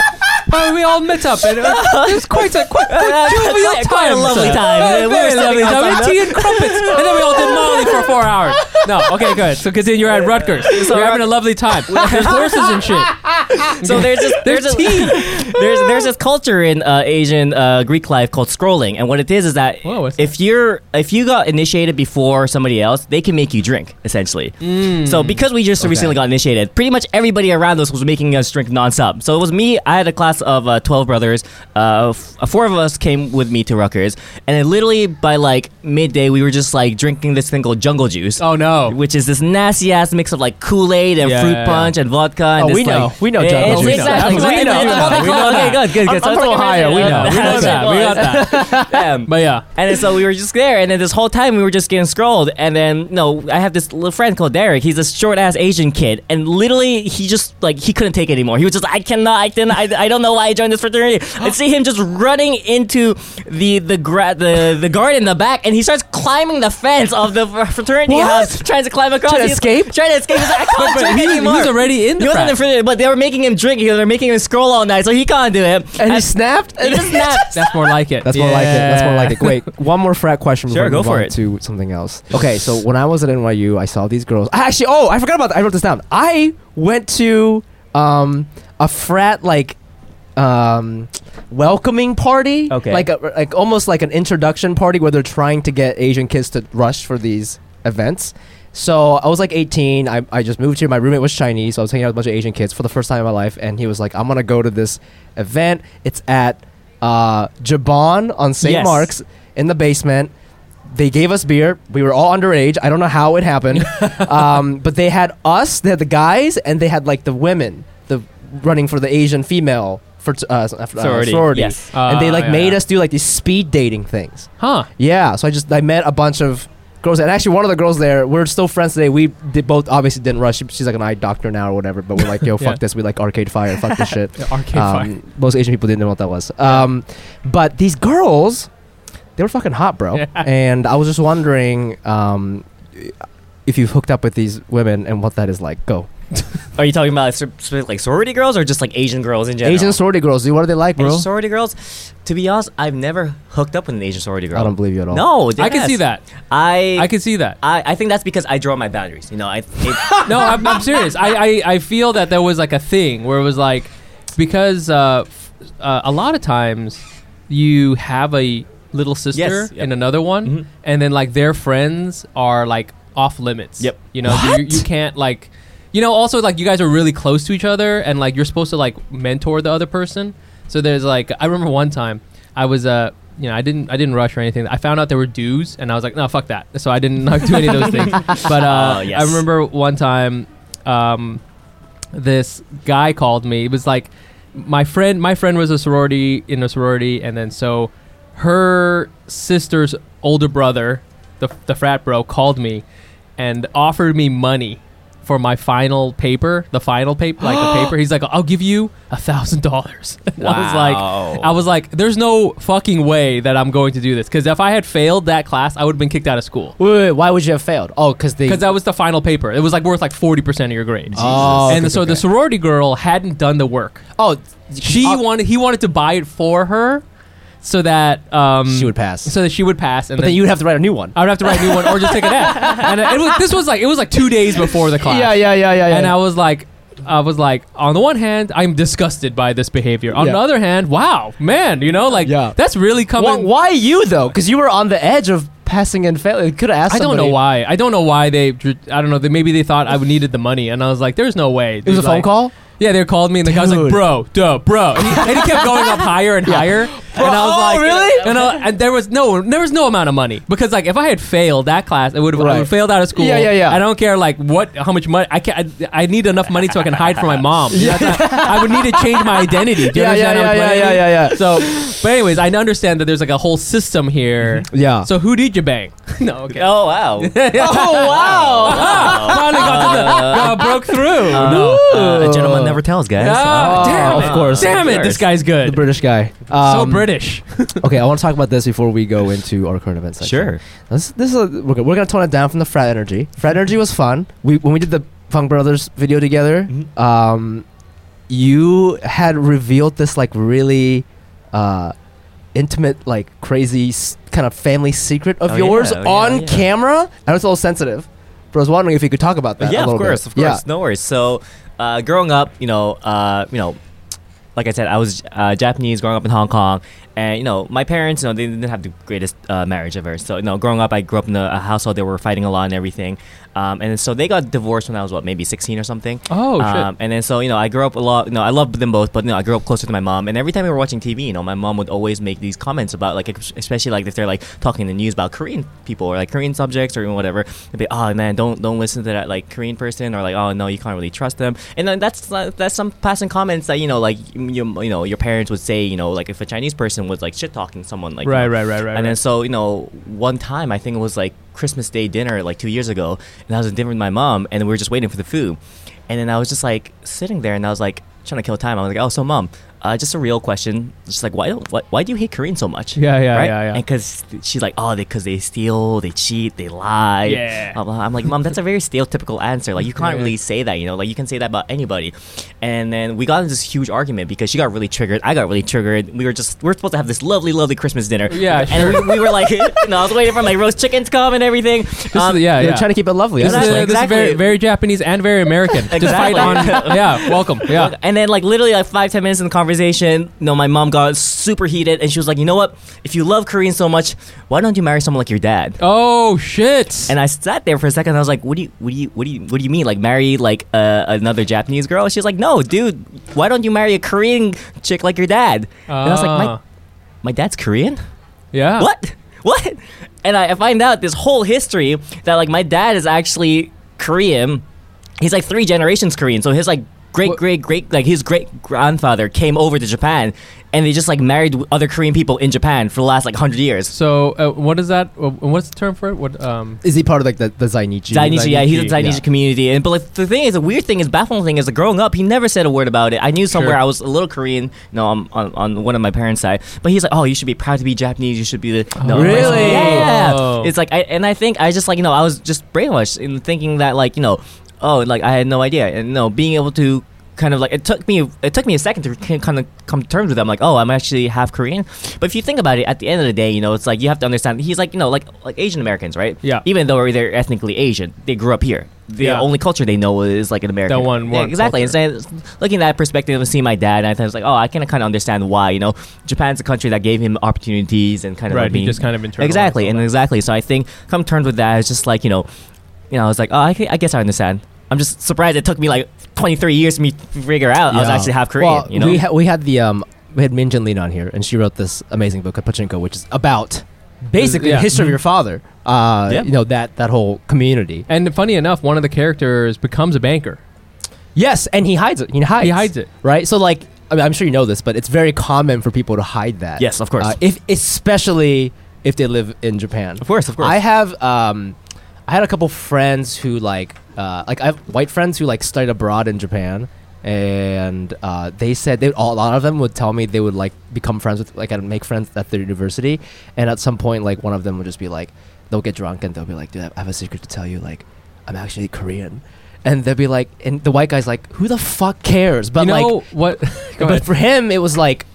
S2: Oh, we all met up and uh, it was quite a quite, quite jovial
S3: Quite a
S2: time.
S3: lovely
S2: sir.
S3: time.
S2: Very,
S3: We were
S2: very lovely
S3: sitting
S2: time.
S3: outside.
S2: Tea and
S3: *laughs*
S2: crumpets, and then we all did Molly for four hours. No, okay, good. So continue. You're at Rutgers. You're having a lovely
S3: *laughs*
S2: time. There's horses and shit.
S3: So there's this
S2: There's
S3: there's a,
S2: tea.
S3: *laughs* there's there's this culture in uh, Asian uh, Greek life called scrolling, and what it is is that
S2: Whoa, what's
S3: if you're if you got initiated before somebody else, they can make you drink essentially.
S2: Mm.
S3: So because we just recently got initiated, pretty much everybody around us was making us drink nonstop. So it was me. I had a class of uh, twelve brothers. Uh, f- uh, four of us came with me to Rutgers, and then literally by like midday, we were just like drinking this thing called jungle juice.
S2: Oh no.
S3: Which is this nasty ass mix of like Kool Aid and
S2: Yeah,
S3: fruit
S2: yeah,
S3: punch and vodka. And
S1: Oh,
S3: this,
S1: we know.
S3: like-
S1: We know
S3: It-
S1: jungle
S3: it's
S1: juice.
S3: Exactly.
S1: We
S3: It's-
S1: know.
S3: it's- it's-
S1: We
S3: *laughs*
S1: know
S3: Okay, good, good,
S1: I'm
S3: good. So
S1: from
S3: it's like-
S1: Ohio. We know.
S2: We
S3: *laughs*
S2: know that. We got that.
S3: Damn.
S2: But yeah.
S3: And then so we were just there, and then this whole time we were just getting scrolled. And then no, I have this little friend called Derek. He's this short ass Asian kid, and literally he just like he couldn't take it anymore. He was just I cannot, I didn't, I, I don't know why I joined this fraternity. I see him just running into the the gra- the the guard in the back, and he starts climbing the fence of the fr- fraternity
S1: What?
S3: house, trying to climb across.
S1: Trying to
S3: He's-
S1: escape?
S3: Trying to escape. He's like, I
S2: *laughs*
S3: can't
S2: But
S3: drink
S2: he, he
S3: anymore.
S2: was already in
S3: He
S2: the
S3: was in
S2: frat.
S3: the fraternity, but they were making him drink. They were making him scroll all night, so he can't do it.
S1: And he snapped.
S3: He
S2: *laughs*
S3: just snapped.
S2: That's more like it.
S1: That's more like it. That's more like it. Wait, one more frat question before
S3: Sure,
S1: we
S3: go
S1: move
S3: for
S1: on
S3: it.
S1: to something else. Okay, so when I was at NYU, I saw these girls. I actually, oh, I forgot about that. I wrote this down. I went to um, a frat like um, welcoming party.
S3: Okay.
S1: like a, like almost like an introduction party where they're trying to get Asian kids to rush for these events. So I was like 18. I, I just moved here. My roommate was Chinese. So I was hanging out with a bunch of Asian kids for the first time in my life. And he was like, I'm going to go to this event. It's at uh, Jabon on St.
S3: Yes.
S1: Mark's in the basement. They gave us beer. We were all underage. I don't know how it happened.
S2: *laughs*
S1: um, but they had us, they had the guys, and they had like the women the running for the Asian female for, uh, sorority. Uh,
S3: Sorority,
S1: sorority.
S3: yes.
S1: and they
S2: Ah,
S1: like
S2: yeah,
S1: made
S2: yeah.
S1: us do like these speed dating things.
S2: Huh.
S1: Yeah, so I just I met a bunch of girls, and actually one of the girls there, we're still friends today. We did both obviously didn't rush. She- She's like an eye doctor now or whatever, but we're like, yo,
S2: *laughs* Yeah.
S1: fuck this. We like Arcade Fire, fuck this shit.
S2: Arcade Fire.
S1: Um, most Asian people didn't know what that was. Um, but these girls, they were fucking hot, bro.
S2: Yeah.
S1: *laughs* And I was just wondering um, if you've hooked up with these women and what that is like. Go.
S3: Are you talking about sor- sor- like sorority girls or just like Asian girls in general?
S1: Asian sorority girls, dude, what are they like,
S3: Asian
S1: bro?
S3: sorority girls. To be honest, I've never hooked up with an Asian sorority girl.
S1: I don't believe you at all.
S3: No,
S2: I can
S3: yes.
S2: see that.
S3: I
S2: I can see that.
S3: I, I think that's because I draw my boundaries. You know, I.
S2: *laughs*
S3: It,
S2: no, I'm, I'm serious. I, I, I feel that there was like a thing where it was like because uh, f- uh, a lot of times you have a little sister
S3: Yes, yep.
S2: and another one,
S3: Mhm.
S2: and then like their friends are like off limits.
S3: Yep.
S2: You know, you, you can't like, you know, also like you guys are really close to each other, and like you're supposed to like mentor the other person. So there's like I remember one time I was uh you know I didn't I didn't rush or anything. I found out there were dues, and I was like no fuck that. So I didn't like, do any of those
S3: *laughs*
S2: things. But uh,
S3: Oh, yes.
S2: I remember one time um, this guy called me. It was like my friend. My friend was a sorority in a sorority, and then so her sister's older brother, the the frat bro, called me and offered me money for my final paper. The final paper, like the
S3: *gasps*
S2: paper. He's like, "I'll give you a thousand dollars." *laughs* I was
S3: Wow.
S2: like, I was like, "There's no fucking way that I'm going to do this." Because if I had failed that class, I would have been kicked out of school.
S1: Wait, wait, wait, why would you have failed? Oh, because they.
S2: Because that was the final paper. It was like worth like forty percent of your grade.
S1: Oh,
S2: and
S1: okay,
S2: so
S1: okay,
S2: the
S1: okay.
S2: sorority girl hadn't done the work. Uh,
S1: oh,
S2: She
S1: oh,
S2: wanted. He wanted to buy it for her. so that um,
S1: She would pass.
S2: So that she would pass, and
S1: But then you would have to write a new one.
S2: I would have to write a new one or just take a nap. *laughs* And it was, this was like it was like two days before the class.
S1: Yeah, yeah, yeah, yeah. yeah.
S2: And I was like, I was like, on the one hand, I'm disgusted by this behavior. On
S1: Yeah.
S2: the other hand, wow, man, you know, like
S1: Yeah.
S2: that's really coming.
S1: Why, why you though? Because you were on the edge of passing and failing. You could have asked.
S2: I don't know
S1: somebody.
S2: why. I don't know why they. I don't know. They, maybe they thought I needed the money, and I was like, "There's no way."
S1: It was a phone call.
S2: Yeah, they called me, and the guy was
S1: Dude.
S2: like, "Bro, duh, bro," and he, and he kept going
S1: *laughs*
S2: up higher and higher. and I was
S1: oh,
S2: like,
S1: really?
S2: And, I, and there was no, there was no amount of money because like if I had failed that class, I would have
S1: Right.
S2: I would failed out of school.
S1: Yeah, yeah, yeah.
S2: I don't care like what, how much money I can. I, I need enough money so I can hide from my mom. You know, that's not- I would need to change my identity. Do you
S1: *laughs* Yeah, yeah,
S2: understand how much
S1: yeah,
S2: money I
S1: yeah,
S2: need?
S1: yeah, yeah.
S2: So, but anyways, I understand that there's like a whole system here.
S1: Mm-hmm. Yeah.
S2: So who did you bang? *laughs* no, okay. Ah,
S3: Oh
S2: *laughs*
S3: wow.
S1: oh wow!
S2: Finally got to the,
S1: *laughs*
S2: got broke through.
S3: No, uh, a gentleman never tells, guys.
S2: Ah,
S1: Oh,
S2: damn
S1: of
S2: it.
S1: course.
S2: Damn it,
S3: Of
S2: this
S3: course.
S2: guy's
S1: The
S2: good.
S1: British guy.
S2: so
S1: Um,
S2: British.
S1: okay, I want to talk about this before we go into our current events. section.
S3: Uh, Sure.
S1: This, this is a, we're, gonna- we're gonna tone it down from the frat energy. Frat energy was fun. We when we did the Funk Brothers video together, um, you had revealed this like really uh, intimate, like crazy s- kind of family secret of
S3: Oh,
S1: yours
S3: yeah, oh, yeah,
S1: on
S3: yeah.
S1: camera. I know it's a little sensitive, but I was wondering if you could talk about that. a
S3: yeah,
S1: little
S3: of course,
S1: bit.
S3: of course, no worries. So, uh, growing up, you know, uh, you know, like I said, I was uh, Japanese growing up in Hong Kong, and you know, my parents, you know, they didn't have the greatest uh, marriage ever. So, you know, growing up, I grew up in a, a household they were fighting a lot and everything, um, and so they got divorced when I was what, maybe sixteen or something.
S2: Oh, shit.
S3: Um, and then so you know, I grew up a lot. You know, I love them both, but you know, I grew up closer to my mom. And every time we were watching TV, you know, my mom would always make these comments about like, ex- especially like if they're like talking in the news about Korean people or like Korean subjects or whatever. They'd be, oh man, don't don't listen to that like Korean person or like, oh no, you can't really trust them. And then that's like, that's some passing comments that you know, like you, you know, your parents would say, you know, like if a Chinese person was like shit talking someone, like you
S2: Right,
S3: know,
S2: right, right, right,
S3: And then
S2: right.
S3: so you know, one time I think it was like Christmas Day dinner like two years ago, and I was at dinner with my mom, and we were just waiting for the food, and then I was just like sitting there, and I was like trying to kill time. I was like, oh, so mom, uh, just a real question, just like why don't why, why do you hate Koreans so much?
S2: Yeah, yeah, yeah, yeah.
S3: And because she's like, oh, because they, steal, they cheat, they lie.
S2: Yeah.
S3: Blah, blah. I'm like, mom, that's a very stereotypical answer. Like
S2: *laughs*
S3: you can't really say that, you know, like you can say that about anybody. And then we got into this huge argument because she got really triggered. I got really triggered. We were just we are supposed to have this lovely, lovely Christmas dinner.
S2: Yeah,
S3: And
S2: sure.
S3: we, we
S2: *laughs*
S3: were like, you know, I was waiting for my roast chicken to come and everything. Um,
S2: This is- yeah,
S1: They're
S2: yeah.
S1: trying to keep it lovely.
S2: this, is,
S1: honestly.
S2: this is
S3: Exactly.
S2: very, very Japanese and very American. Just fight
S3: Exactly.
S2: on. Yeah, welcome. Yeah.
S3: And then, like, literally, like, five, ten minutes in the conversation, you know, my mom got super heated and she was like, you know what? If you love Koreans so much, why don't you marry someone like your dad?
S2: Oh shit.
S3: And I sat there for a second. And I was like, "What do you, what do you, what do you, what do you mean? Like marry like uh, another Japanese girl?" She's like, "No, dude. Why don't you marry a Korean chick like your dad?" and I was like,
S2: Ah.
S3: "My, my dad's Korean.
S2: yeah.
S3: *laughs* What? What?" And I, I find out this whole history that like my dad is actually Korean. He's like three generations Korean. So his like great
S2: What?
S3: great great like his great grandfather came over to Japan, and they just like married other Korean people in Japan for the last like hundred years.
S2: So uh, what is that? Uh, what's the term for it? What? Um.
S1: Is he part of like the, the Zainichi?
S3: Zainichi, yeah, he's a
S2: Zainichi,
S3: Zainichi community. And but like the thing is, the weird thing is, baffling thing is, that growing up, he never said a word about it. I knew somewhere
S2: Sure.
S3: I was a little Korean, no, I'm on, on one of my parents' side. But he's like, oh, you should be proud to be Japanese. You should be the no,
S2: Really? Oh.
S3: yeah. It's like, I, and I think I just like you know, I was just brainwashed in thinking that like you know, oh, like I had no idea, and no, being able to. Kind of like it took me it took me a second to k- kind of come to terms with. It. I'm like, oh, I'm actually half Korean. But if you think about it, at the end of the day, you know, it's like you have to understand. He's like, you know, like like Asian Americans, right?
S2: Yeah.
S3: Even though they're ethnically Asian, they grew up here. The
S2: Yeah.
S3: only culture they know is like an American.
S2: one-
S3: Yeah,
S2: one
S3: exactly. And so, looking at that perspective and seeing my dad, and I was like, oh, I can kind of understand why. You know, Japan's a country that gave him opportunities and kind of
S2: Right,
S3: like
S2: he
S3: being-
S2: just kind of internalized
S3: exactly
S2: all
S3: and
S2: that.
S3: exactly. So I think come terms with that. It's just like you know, you know, I was like, oh, I, ca- I guess I understand. I'm just surprised it took me like 23 years for me to figure out I was
S1: Yeah.
S3: actually half Korean.
S1: Well,
S3: you know,
S1: we, ha- we had the um, we had Minjin Lin on here, and she wrote this amazing book, Pachinko, which is about basically
S2: Yeah.
S1: the history of your father. Uh,
S3: Mm-hmm. Yeah.
S1: You know that that whole community.
S2: And funny enough, one of the characters becomes a banker.
S1: Yes, and he hides it. He hides.
S2: He hides it.
S1: Right. So like, I mean, I'm sure you know this, but it's very common for people to hide that.
S3: Yes, of course.
S1: Uh, if especially if they live in Japan.
S3: of course, of course.
S1: I have um, I had a couple friends who like uh, like I have white friends who like studied abroad in Japan, and uh, they said they all, a lot of them would tell me they would like become friends with like I'd make friends at their university, and at some point like one of them would just be like they'll get drunk and they'll be like dude I have a secret to tell you like I'm actually Korean. And they'll be like, and the white guy's like, "Who the fuck cares?" But
S2: you know
S1: like,
S2: what? Go
S1: but
S2: ahead.
S1: for him, it was like,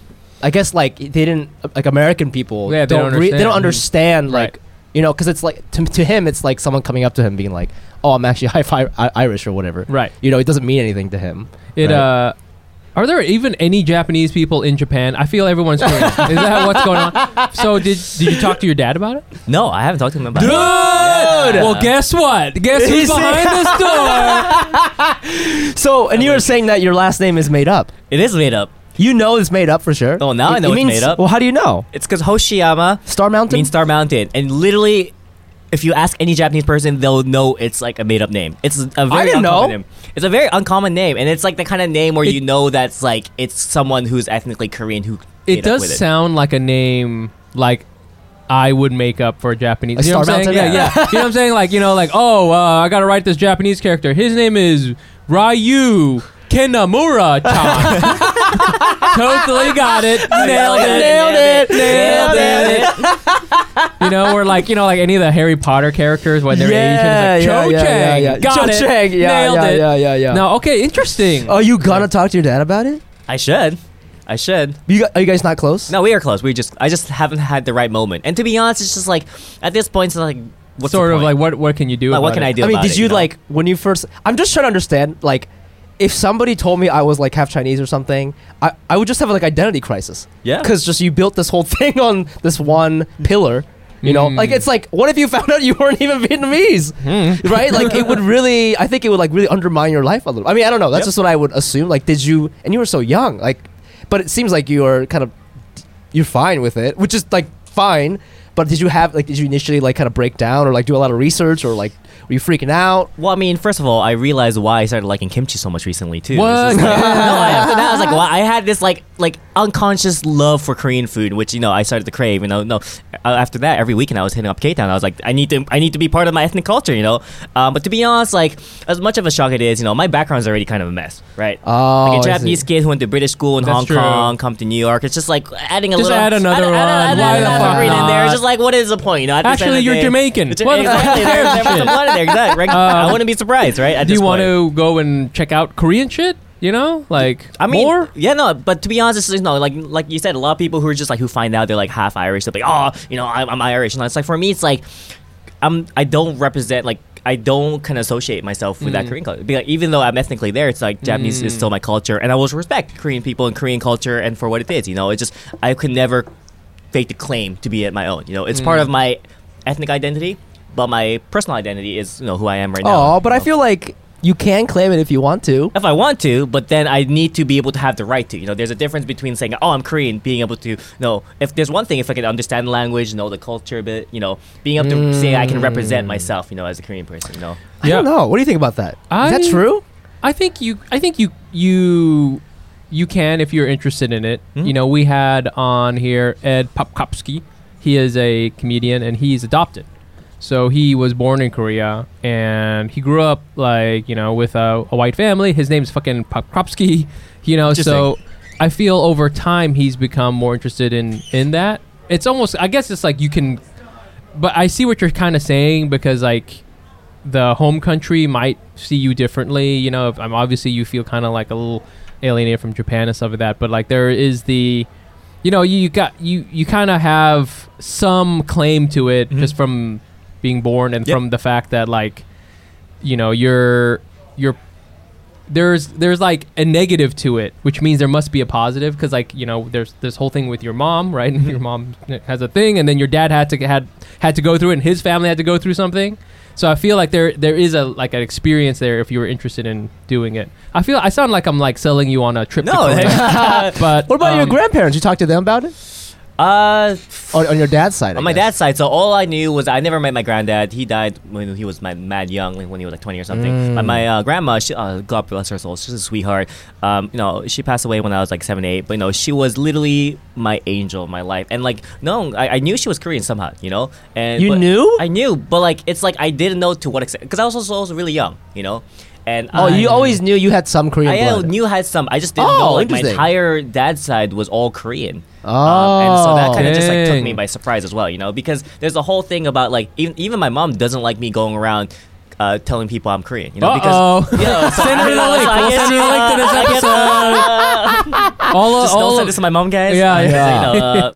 S1: I guess like they didn't like American people.
S2: Yeah, they don't
S1: don't rea- they don't
S2: understand.
S1: understand
S2: Mhm. Right.
S1: like you know because it's like to, to him it's like someone coming up to him being like, oh, I'm actually *laughs* high five I- Irish or whatever.
S2: Right.
S1: You know, it doesn't mean anything to him.
S2: It
S1: Right.
S2: uh are there even any Japanese people in Japan? I feel everyone's Korean. Is that what's going on? So did did you talk to your dad about it?
S3: No, I haven't talked to him about
S2: Dude!
S3: it.
S2: Well, guess what? Guess who's behind this door?
S1: So and you were saying that your last name is made up.
S3: It is made up.
S1: You know it's made up for sure.
S3: Oh, now I know
S1: it
S3: it's
S1: means-
S3: made up.
S1: Well, how do you know?
S3: It's because Hoshiyama
S1: Star Mountain.
S3: means Star Mountain, and literally, if you ask any Japanese person, they'll know it's like a made-up name. It's a very
S1: didn't
S3: uncommon
S1: know.
S3: name. It's a very uncommon name, and it's like the kind of name where you know that's like it's someone who's ethnically Korean who.
S2: It
S3: made up
S2: does
S3: with
S2: sound like a name like I would make up for a Japanese.
S1: A
S2: you know what
S1: Star
S2: I'm saying?
S1: Mountain?
S2: Yeah, yeah. you know what I'm saying? Like, you know, like, oh, uh, I gotta write this Japanese character. His name is Ryu Kenamura Chan. totally got it. Nailed
S1: Nailed it.
S2: it. Nailed
S1: Nailed
S2: it. you know, or like you know, like any of the Harry Potter characters when they're
S1: yeah,
S2: Asian. It's like Cho
S1: yeah, yeah,
S2: Chang.
S1: yeah, yeah.
S2: Got
S1: Cho
S2: it.
S1: Chang. Yeah,
S2: Nailed
S1: yeah,
S2: it.
S1: yeah, yeah, yeah. Oh,
S2: No, okay, interesting.
S1: Are you gonna talk to your dad about it?
S3: I should. I should.
S1: You gu- are you guys not close?
S3: No, we are close. We just. I just haven't had the right moment. And to be honest, it's just like at this point, it's like what's the
S2: sort of
S3: point?
S2: like what what can you do?
S3: Like, what
S2: about
S3: can
S2: it?
S3: I do?
S1: I mean,
S3: about
S1: did
S3: it,
S1: you
S3: know?
S1: like when you first? I'm just trying to understand. Like, if somebody told me I was like half Chinese or something, I, I would just have like identity crisis.
S3: Yeah.
S1: Because just you built this whole *laughs* thing on this one pillar. You know,
S2: Mm.
S1: like it's like, what if you *laughs* found out you weren't even Vietnamese,
S3: Hmm.
S1: right? Like
S3: *laughs*
S1: it would really, I think it would like really undermine your life a little. I mean, I don't know. That's
S3: Yep.
S1: just what I would assume. Like, did you? And you were so young, like, but it seems like you are kind of, you're fine with it, which is like fine. But did you have like, did you initially like kind of break down or like do a lot of research or like were you freaking out?
S3: Well, I mean, first of all, I realized why I started liking kimchi so much recently too. It's
S2: What?
S3: just like- *laughs* no, I, after that, I
S2: *laughs*
S3: was like, well, I had this like like unconscious love for Korean food, which you know I started to crave. You know, no. uh, After that, every weekend I was hitting up K Town. I was like, I need to, I need to be part of my ethnic culture. You know, um, but to be honest, like as much of a shock it is, you know, my background's already kind of a mess, right?
S1: Oh, I
S3: like a
S1: see.
S3: Japanese kid who went to British school in
S2: That's
S3: Hong
S2: true.
S3: Kong, come to New York. It's just like adding a
S2: Just
S3: little,
S2: add another
S3: add, Add,
S2: one.
S3: add,
S2: Why the
S3: another
S2: fuck
S3: green in there.
S2: not?
S3: It's just like, what is the point? You know, at this end
S2: Actually,
S3: of the
S2: you're
S3: day-
S2: Jamaican.
S3: It's-
S2: What the fuck?
S3: Exactly. There- there was some blood in there. Exactly. Right? I
S2: Um,
S3: wouldn't be surprised, right? At
S2: do
S3: this
S2: you want
S3: point.
S2: to go and check out Korean shit? You know, like
S3: I mean,
S2: more.
S3: yeah, no, but to be honest, it's just, no, like like you said, a lot of people who are just like who find out they're like half Irish, they're like, oh, you know, I'm, I'm Irish, and it's like for me, it's like I'm I don't represent like I don't kind of associate myself with that Korean culture. Be Like, even though I'm ethnically there, it's like Japanese is still my culture, and I will respect Korean people and Korean culture and for what it is. You know, it's just I could never fake the claim to be at my own. You know, it's part of my ethnic identity, but my personal identity is you know who I am right now.
S1: Oh, but I feel like you can claim it if you want to.
S3: if I want to, but then I need to be able to have the right to. You know, there's a difference between saying, "Oh, I'm Korean," being able to you know if there's one thing, if I can understand language, know the culture a bit, you know, being able to say I can represent myself, you know, as a Korean person. You know,
S1: I don't know. What do you think about that? Is that
S2: I-
S1: true?
S2: I think you. I think you. You. You can if you're interested in it. You know, we had on here Ed Popkopsky. He is a comedian and he's adopted. So he was born in Korea and he grew up like you know with a, a white family. His name's fucking Popkopsky. *laughs* You know, so I feel over time he's become more interested in in that. It's almost. I guess it's like you can. But I see what you're kind of saying because like the home country might see you differently. You know, if, um, obviously you feel kind of like a little alienated from Japan and stuff like that. But like there is the, you know, you, you got you you kind of have some claim to it just from being born and
S3: Yep.
S2: from the fact that like, you know, you're you're there's there's like a negative to it, which means there must be a positive because like you know there's this whole thing with your mom, right? And your mom has a thing, and then your dad had to had had to go through it, and his family had to go through something. So I feel like there there is a like an experience there if you were interested in doing it. I feel I sound like I'm like selling you on a trip. to
S3: No,
S2: Korea.
S3: hey.
S2: *laughs* but
S1: What about your
S2: um,
S1: grandparents? You talked to them about it
S3: *laughs* uh,
S1: on, on your dad's side. I
S3: on my
S1: guess.
S3: dad's side, so all I knew was I never met my granddad. He died when he was mad, mad young, like when he was like 20 or something. But
S1: Mm.
S3: my uh, grandma, she, uh, God bless her soul, she's a sweetheart. Um, you know, she passed away when I was like seven, eight. But you know, she was literally my angel of my life. And like, no, I, I knew she was Korean somehow. You know, and
S1: You
S3: but-
S1: knew?
S3: I knew, but like, it's like I didn't know to what extent because I was also, also really young. You know, and
S1: Oh,
S3: I-
S1: you always knew you had some Korean
S3: I
S1: blood.
S3: knew had some. I just didn't
S1: Oh,
S3: know. Like my
S1: interesting.
S3: entire dad's side was all Korean. Um, and so
S1: Oh.
S3: that kind of just like took
S2: Dang.
S3: me by surprise as well, you know, because there's a whole thing about like even even my mom doesn't like me going around. Uh, telling people I'm Korean, *laughs* you know,
S2: Uh-oh.
S3: because yeah, so
S2: Send her the link. We'll send her the link to this episode. all of,
S3: uh, Just
S2: all
S3: don't
S2: of-
S3: send this to my mom, guys.
S2: Yeah,
S3: Uh,
S2: yeah.
S3: *laughs* you know, uh,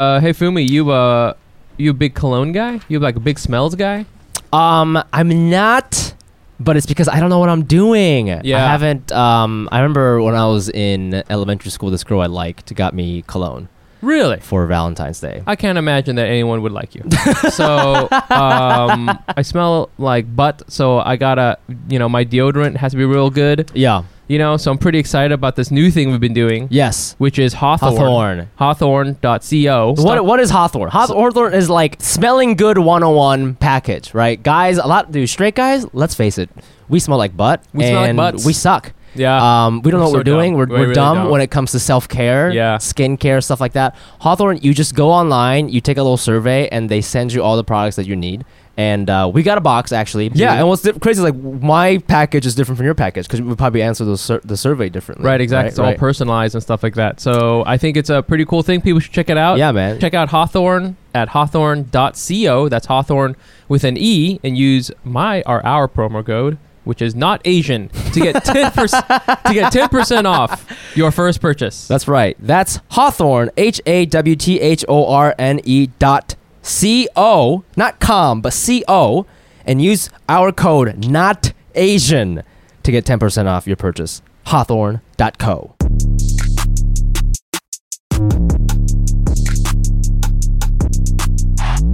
S2: Uh, hey Fumi, you uh, you a big cologne guy? You like a big smells guy?
S1: Um, I'm not, but it's because I don't know what I'm doing. I
S2: Yeah.
S1: haven't. Um, I remember when I was in elementary school, this girl I liked got me cologne
S2: Really?
S1: for Valentine's Day.
S2: I can't imagine that anyone would like you. so um, I smell like butt. So I gotta, you know, my deodorant has to be real good.
S1: Yeah.
S2: You know, so I'm pretty excited about this new thing we've been doing,
S1: Yes.
S2: which is Hawthorne.
S1: Hawthorne.
S2: Hawthorne.co.
S1: What, what is Hawthorne? Haw- Hawthorne is like smelling good 101 package, right? Guys, a lot, dude, straight guys, let's face it, we smell like butt.
S2: We smell like
S1: and
S2: butts.
S1: We suck.
S2: Yeah.
S1: Um, we don't know what
S2: We're
S1: we're
S2: so
S1: doing.
S2: dumb.
S1: We're,
S2: We
S1: we're
S2: really
S1: dumb
S2: don't.
S1: when it comes to self care,
S2: Yeah.
S1: skincare, stuff like that. Hawthorne, you just go online, you take a little survey, and they send you all the products that you need. And uh, we got a box actually. Yeah, and what's di- crazy is like my package is different from your package because we probably answer the, sur- the survey differently.
S2: Right, exactly. it's all
S1: right.
S2: personalized and stuff like that. So I think it's a pretty cool thing. People should check it out.
S1: Yeah, man.
S2: Check out Hawthorne at hawthorne.co. That's Hawthorne with an E and use my or our promo code, which is not Asian,
S1: *laughs*
S2: to get 10% to get 10% off your first purchase.
S1: That's right. That's Hawthorne, H A W T H O R N E dot C O, not com, but C O, and use our code not Asian to get 10% off your purchase. Hawthorne dot co.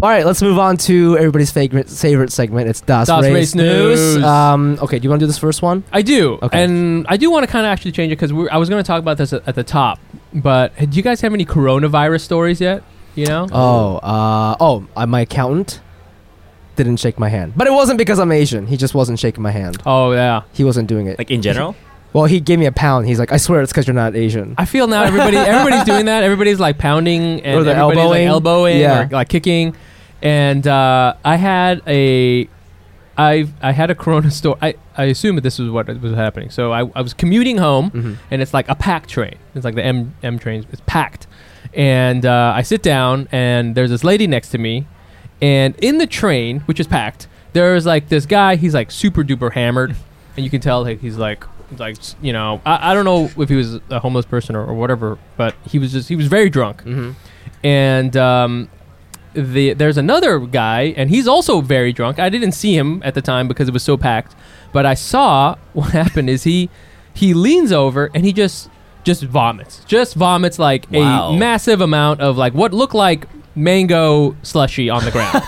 S1: All right, let's move on to everybody's favorite favorite segment. It's Das,
S2: Das
S1: Race,
S2: Race
S1: News.
S2: News.
S1: Um, okay, do you want to do this first one?
S2: I do.
S1: Okay.
S2: And I do want to kind of actually change it cuz I was going to talk about this at, at the top. But do you guys have any coronavirus stories yet? You know?
S1: Oh, uh, oh, uh, my accountant didn't shake my hand, but it wasn't because I'm Asian. He just wasn't shaking my hand.
S2: Oh yeah.
S1: He wasn't doing it.
S3: like in general.
S1: well, he gave me a pound. He's like, I swear it's because you're not Asian.
S2: I feel now
S1: *laughs*
S2: everybody everybody's doing that. Everybody's like pounding and
S1: Or they're
S2: everybody's
S1: elbowing.
S2: like elbowing
S1: Yeah.
S2: or like kicking. And uh, I had a I I had a corona story. I, I assume that this was what was happening. So I, I was commuting home
S1: Mm-hmm.
S2: and it's like a packed train. It's like the M M train. It's packed. And uh, I sit down and there's this lady next to me and in the train, which is packed, there's like this guy. He's like super duper hammered, and you can tell like, he's like like you know I, I don't know if he was a homeless person or, or whatever, but he was just he was very drunk.
S1: Mm-hmm.
S2: And um, the there's another guy, and he's also very drunk. I didn't see him at the time because it was so packed, but I saw *laughs* what happened is he he leans over and he just just vomits, just vomits like
S3: Wow.
S2: a massive amount of like what looked like mango slushy on the
S1: *laughs*
S2: ground.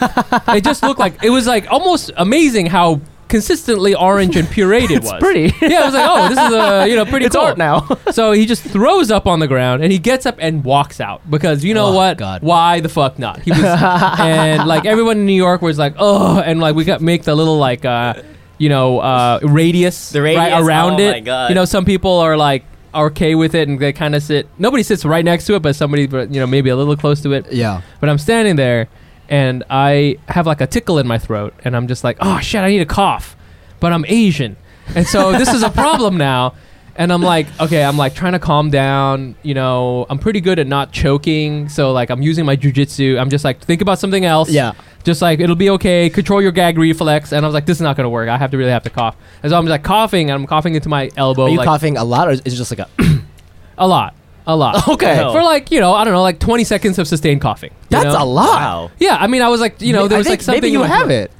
S2: it just looked like it was like almost amazing how consistently orange and pureed it was.
S1: *laughs*
S2: *laughs*
S1: pretty.
S2: Yeah, I was like, oh, this is a you know pretty
S1: It's
S2: cool.
S1: art
S2: *laughs*
S1: now.
S2: so he just throws up on the ground and he gets up and walks out because you know
S1: Oh,
S2: what?
S1: God.
S2: Why the fuck not?
S1: *laughs*
S2: He was and like everyone in New York was like, oh, and like we got make the little like uh you know uh radius,
S3: The
S2: right
S3: radius,
S2: around
S3: oh
S2: it.
S3: my God.
S2: You know, some people are like are okay with it and they kind of sit. Nobody sits right next to it, but somebody but you know maybe a little close to it.
S1: yeah.
S2: But I'm standing there and I have like a tickle in my throat and I'm just like, oh shit, I need a cough. But I'm Asian. And so this is a problem now. And I'm like, okay, I'm like trying to calm down. You know, I'm pretty good at not choking. So like I'm using my jujitsu. I'm just like, think about something else.
S1: Yeah.
S2: Just like it'll be okay. Control your gag reflex. And I was like, this is not gonna work. I have to really have to cough. And so I'm like coughing and I'm coughing into my elbow.
S1: Are you
S2: like,
S1: coughing a lot, or is it just like a?
S2: A lot. A
S1: *laughs*
S2: lot.
S1: Okay.
S3: No.
S2: For like, you know, I don't know, like 20 seconds of sustained coughing. you
S1: *coughs* That's a
S2: know?
S1: lot.
S3: Wow.
S2: Yeah, I mean, I was like, you know, there
S1: I
S2: was
S1: think
S2: like something.
S1: Maybe you
S2: in my-
S1: have it.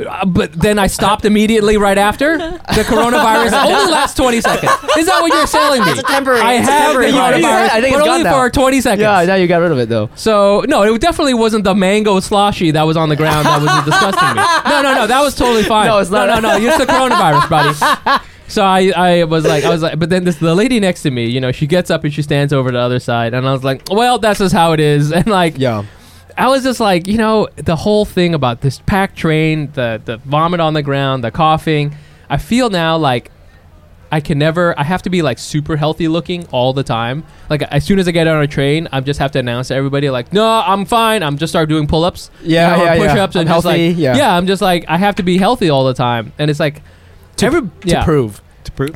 S2: Uh, but then I stopped immediately right after the coronavirus.
S1: *laughs*
S2: only lasts twenty seconds. Is that what you're selling me?
S3: temporary-
S2: I
S3: it's a
S2: have the
S3: temporary
S1: virus.
S2: coronavirus,
S1: I think it's
S2: but
S1: gone
S2: only
S1: now.
S2: for twenty seconds.
S1: Yeah, now you got rid of it though.
S2: So no, it definitely wasn't the mango sloshy that was on the ground that was disgusting me. No, no, no, that was totally fine.
S1: No, it's not.
S2: No, no, no, it's the coronavirus, buddy. So I, I was like, I was like, but then this the lady next to me, you know, she gets up and she stands over to the other side, and I was like, well, that's just how it is, *laughs* and like,
S1: Yeah.
S2: I was just like, you know, the whole thing about this packed train, the the vomit on the ground, the coughing. I feel now like I can never. I have to be like super healthy looking all the time. Like as soon as I get on a train, I just have to announce to everybody like, no, I'm fine. I'm just start doing pull ups.
S1: Yeah, yeah, yeah.
S2: push ups and
S1: I'm
S2: just
S1: healthy,
S2: like,
S1: yeah.
S2: I'm just like I have to be healthy all the time, and it's like
S1: To,
S2: every- yeah
S1: to prove.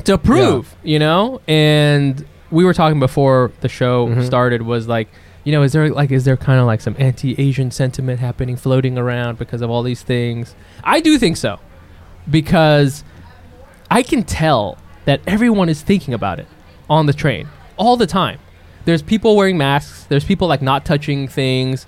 S2: to prove, you know? And we were talking before the show started was like, you know, is there like is there kind of like some anti-Asian sentiment happening floating around because of all these things? I do think so. because I can tell that everyone is thinking about it on the train all the time. There's people wearing masks. There's people like not touching things.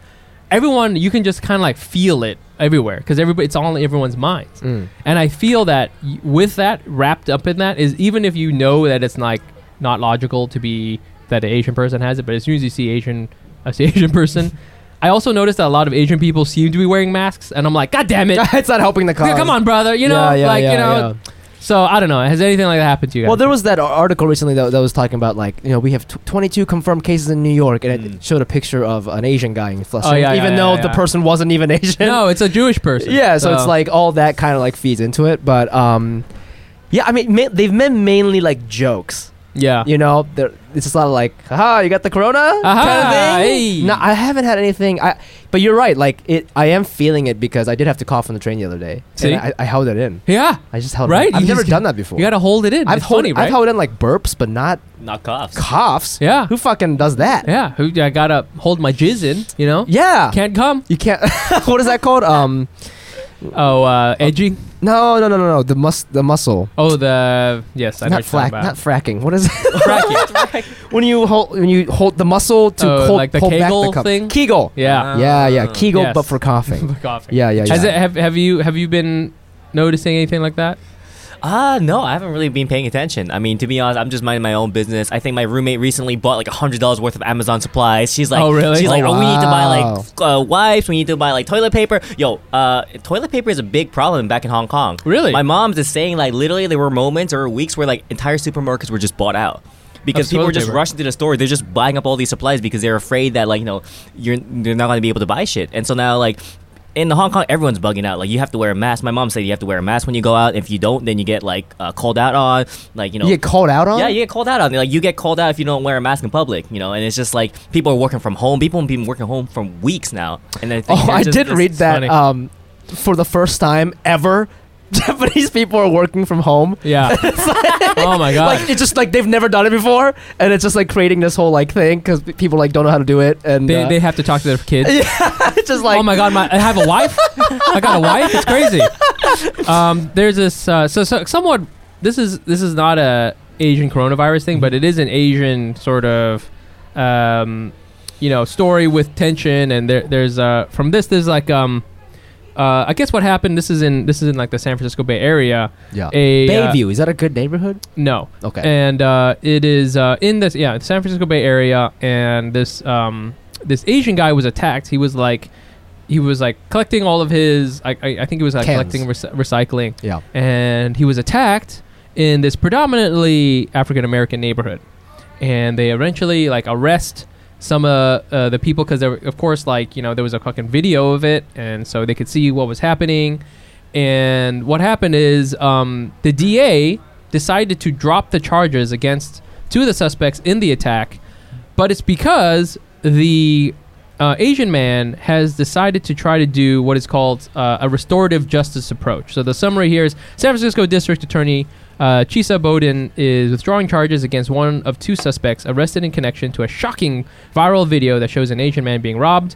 S2: Everyone, you can just kind of like feel it everywhere because everybody, it's on everyone's minds.
S1: Mm.
S2: And I feel that y- with that wrapped up in that is even if you know that it's like not logical to be that an Asian person has it, but as soon as you see Asian, I see *laughs* Asian person. I also noticed that a lot of Asian people seem to be wearing masks, and I'm like, God
S1: *laughs*
S2: damn it!
S1: *laughs* it's not helping the cause.
S2: Yeah, come on, brother. You know,
S1: Yeah, yeah,
S2: like
S1: yeah,
S2: you know. So I don't know. Has anything like that happened to you? Guys?
S1: Well, there was that ar- article recently that, that was talking about like you know we have t- 22 confirmed cases in New York, and it showed a picture of an Asian guy in Flushing,
S2: Mm. Oh, yeah, yeah,
S1: even
S2: yeah,
S1: though
S2: yeah.
S1: the person wasn't even Asian.
S2: no, it's a Jewish
S1: *laughs*
S2: person.
S1: yeah, so, it's like all that kind of like feeds into it, but um, yeah, I mean ma- they've meant mainly like jokes,
S2: yeah,
S1: you know. There, it's just a lot of like, haha, you got the corona
S2: Aha,
S1: kind of thing.
S2: Uh-huh. hey.
S1: No, I haven't had anything. I but you're right, like it. I am feeling it because I did have to cough on the train the other day. and
S2: See?
S1: I, I held it in.
S2: yeah.
S1: I just held
S2: Right,
S1: It in. I've
S2: you
S1: never
S2: just-
S1: done that before.
S2: You gotta hold it in.
S1: I've
S2: it's
S1: held,
S2: funny,
S1: I've
S2: right?
S1: held in like burps, but not *laughs*
S3: Not coughs.
S1: coughs.
S2: Yeah.
S1: Who fucking does that?
S2: yeah, who I gotta hold my jizz in. You know,
S1: Yeah.
S2: can't come.
S1: you can't. *laughs* what is that called? Um.
S2: Oh, uh, edgy.
S1: No, no, no, no, no. The mus the muscle.
S2: Oh, the yes, I know
S1: not
S2: what you're
S1: frack.
S2: talking
S1: Not
S2: about.
S1: fracking. What is it? *laughs*
S2: Fracking.
S1: when you hold when you hold the muscle to
S2: Oh,
S1: hold,
S2: like the
S1: hold back
S2: Kegel
S1: the cup.
S2: thing?
S1: Kegel.
S2: yeah.
S1: yeah, yeah. Kegel,
S2: Yes.
S1: but for
S2: *laughs*
S1: coughing.
S2: Coughing.
S1: Uh, yeah, yeah, yeah.
S2: Has it, have have you have you been noticing anything like that?
S3: Ah, no, I haven't really been paying attention. I mean, to be honest, I'm just minding my own business. I think my roommate recently bought like hundred dollars worth of Amazon supplies. She's like,
S2: Oh, really?
S3: She's like,
S1: Oh,
S3: oh, we need to buy
S1: wow.
S3: like f- uh, wipes. We need to buy like toilet paper. Yo, uh, toilet paper is a big problem back in Hong Kong.
S2: Really?
S3: My mom's is saying like literally there were moments or weeks where like entire supermarkets were just bought out. Because
S2: Of
S3: people
S2: toilet
S3: were just
S2: paper.
S3: rushing to the store, they're just buying up all these supplies because they're afraid that like you know you're they're not going to be able to buy shit, and so now like in Hong Kong, everyone's bugging out. Like you have to wear a mask. My mom said you have to wear a mask when you go out. If you don't, then you get like uh, called out on. Like you know,
S1: You get called out on?
S3: Yeah, you get called out on. Like you get called out if you don't wear a mask in public. You know, and it's just like people are working from home. People have been working home from weeks now. And I think
S1: Oh,
S3: they're
S1: I
S3: just-
S1: did
S3: it's-
S1: read
S3: it's
S1: that.
S2: funny.
S1: Um, for the first time ever, *laughs* Japanese people are working from home. *laughs*
S2: Yeah. oh my god.
S1: Like it's just like they've never done it before, and it's just like creating this whole like thing because people like don't know how to do it, and
S2: they,
S1: uh,
S2: they have to talk to their kids.
S1: *laughs* it's just like
S2: oh my god, my, I have a wife. I got a wife. It's crazy. Um, there's this. Uh, so, so somewhat. This is this is not a Asian coronavirus thing, but it is an Asian sort of, um, you know, story with tension. And there, there's uh, from this, there's like um, uh, I guess what happened. This is in this is in like the San Francisco Bay Area.
S1: yeah.
S2: A uh,
S1: Bayview is that a good neighborhood?
S2: no.
S1: Okay.
S2: And uh, it is uh, in this yeah San Francisco Bay Area, and this um, this Asian guy was attacked. He was like he was like collecting all of his I, I, I think he was like
S1: Cans.
S2: collecting rec- recycling,
S1: yeah.
S2: and he was attacked in this predominantly African American neighborhood, and they eventually like arrest some uh, uh the people because of course like you know there was a fucking video of it, and so they could see what was happening, and what happened is um, the DA decided to drop the charges against two of the suspects in the attack, but it's because the uh, Asian man has decided to try to do what is called uh, a restorative justice approach. So the summary here is San Francisco District Attorney uh, Chisa Bowden is withdrawing charges against one of two suspects arrested in connection to a shocking viral video that shows an Asian man being robbed.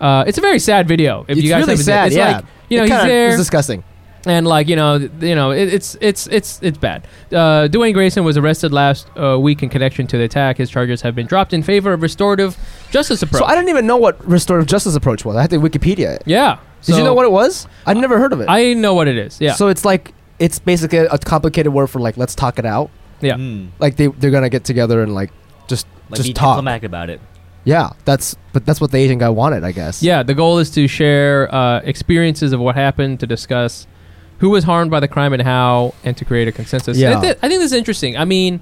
S2: Uh, it's a very sad video. If
S1: It's
S2: you guys
S1: really
S2: haven't seen it.
S1: sad.
S2: It's
S1: yeah.
S2: like, you know,
S1: It
S2: he's
S1: kinda-
S2: there
S1: It's disgusting.
S2: and like you know, th- you know, it, it's it's it's it's bad. Uh, Dwayne Grayson was arrested last uh, week in connection to the attack. His charges have been dropped in favor of restorative justice approach.
S1: So I didn't even know what restorative justice approach was. I had to Wikipedia it.
S2: yeah.
S1: Did you know what it was? I'd never heard of it.
S2: I know what it is. Yeah.
S1: So it's like it's basically a complicated word for like let's talk it out.
S2: yeah.
S3: Mm,
S1: Like they they're gonna get together and like just
S3: like be
S1: just talk.
S3: diplomatic about it.
S1: Yeah, that's but that's what the Asian guy wanted, I guess.
S2: Yeah, the goal is to share uh, experiences of what happened, to discuss who was harmed by the crime and how, and to create a consensus.
S1: Yeah.
S2: And I, thi- I think this is interesting. I mean,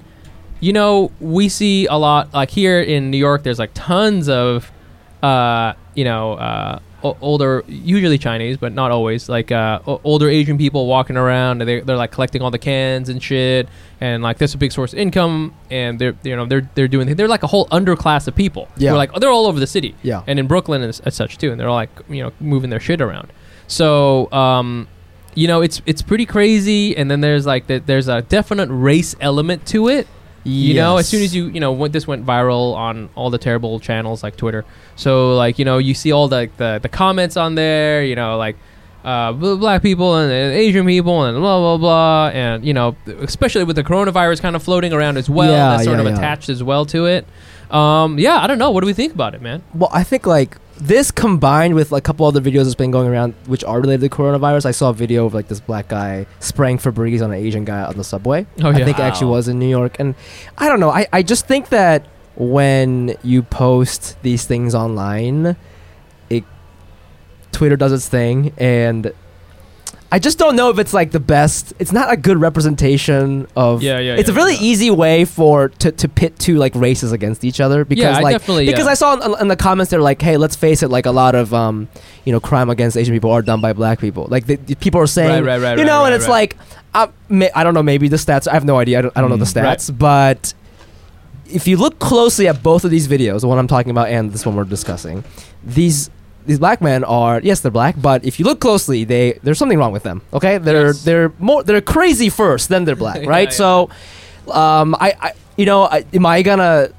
S2: you know, we see a lot, like here in New York, there's like tons of, uh, you know, uh, o- older, usually Chinese, but not always, like uh, o- older Asian people walking around and they're, they're like collecting all the cans and shit. And like that's a big source of income, and they're you know they're they're doing they're like a whole underclass of people.
S1: Yeah.
S2: They're like they're all over the city
S1: Yeah.
S2: and in Brooklyn and s- as such too, and they're all like you know moving their shit around. So um, you know it's it's pretty crazy, and then there's like the, there's a definite race element to it. You know, as soon as you you know when this went viral on all the terrible channels like Twitter, so like you know you see all the the, the comments on there, you know like. uh, bl- black people and, and Asian people and blah blah blah, and you know, especially with the coronavirus kind of floating around as well,
S1: Yeah,
S2: that's sort
S1: yeah,
S2: of
S1: yeah.
S2: attached as well to it. Um, yeah, I don't know. What do we think about it, man?
S1: Well, I think like this combined with like, a couple other videos that's been going around which are related to coronavirus. I saw a video of like this black guy spraying Febreze on an Asian guy on the subway.
S2: Oh,
S1: I
S2: yeah.
S1: think it actually was in New York. And I don't know. I, I just think that when you post these things online, it Twitter does its thing and I just don't know if it's like the best. It's not a good representation of.
S2: Yeah, yeah,
S1: It's a
S2: yeah,
S1: really
S2: yeah.
S1: easy way for to, to pit two like races against each other because
S2: I
S1: like
S2: definitely, uh,
S1: because
S2: yeah.
S1: I saw in, in the comments they're like, hey, let's face it, like a lot of um, you know, crime against Asian people are done by black people. Like the, the people are saying,
S2: right, right,
S1: you
S2: right,
S1: know, and
S2: right,
S1: it's
S2: right.
S1: like, I, ma- I don't know, maybe the stats. I have no idea. I don't, I don't know the
S2: Mm. Right.
S1: stats, but if you look closely at both of these videos, the one I'm talking about and this one we're discussing, these these black men are yes they're black but if you look closely they there's something wrong with them okay they're
S2: Yes.
S1: they're more they're crazy first then they're black
S2: *laughs* Yeah,
S1: right
S2: yeah.
S1: so um I, I you know I, am i gonna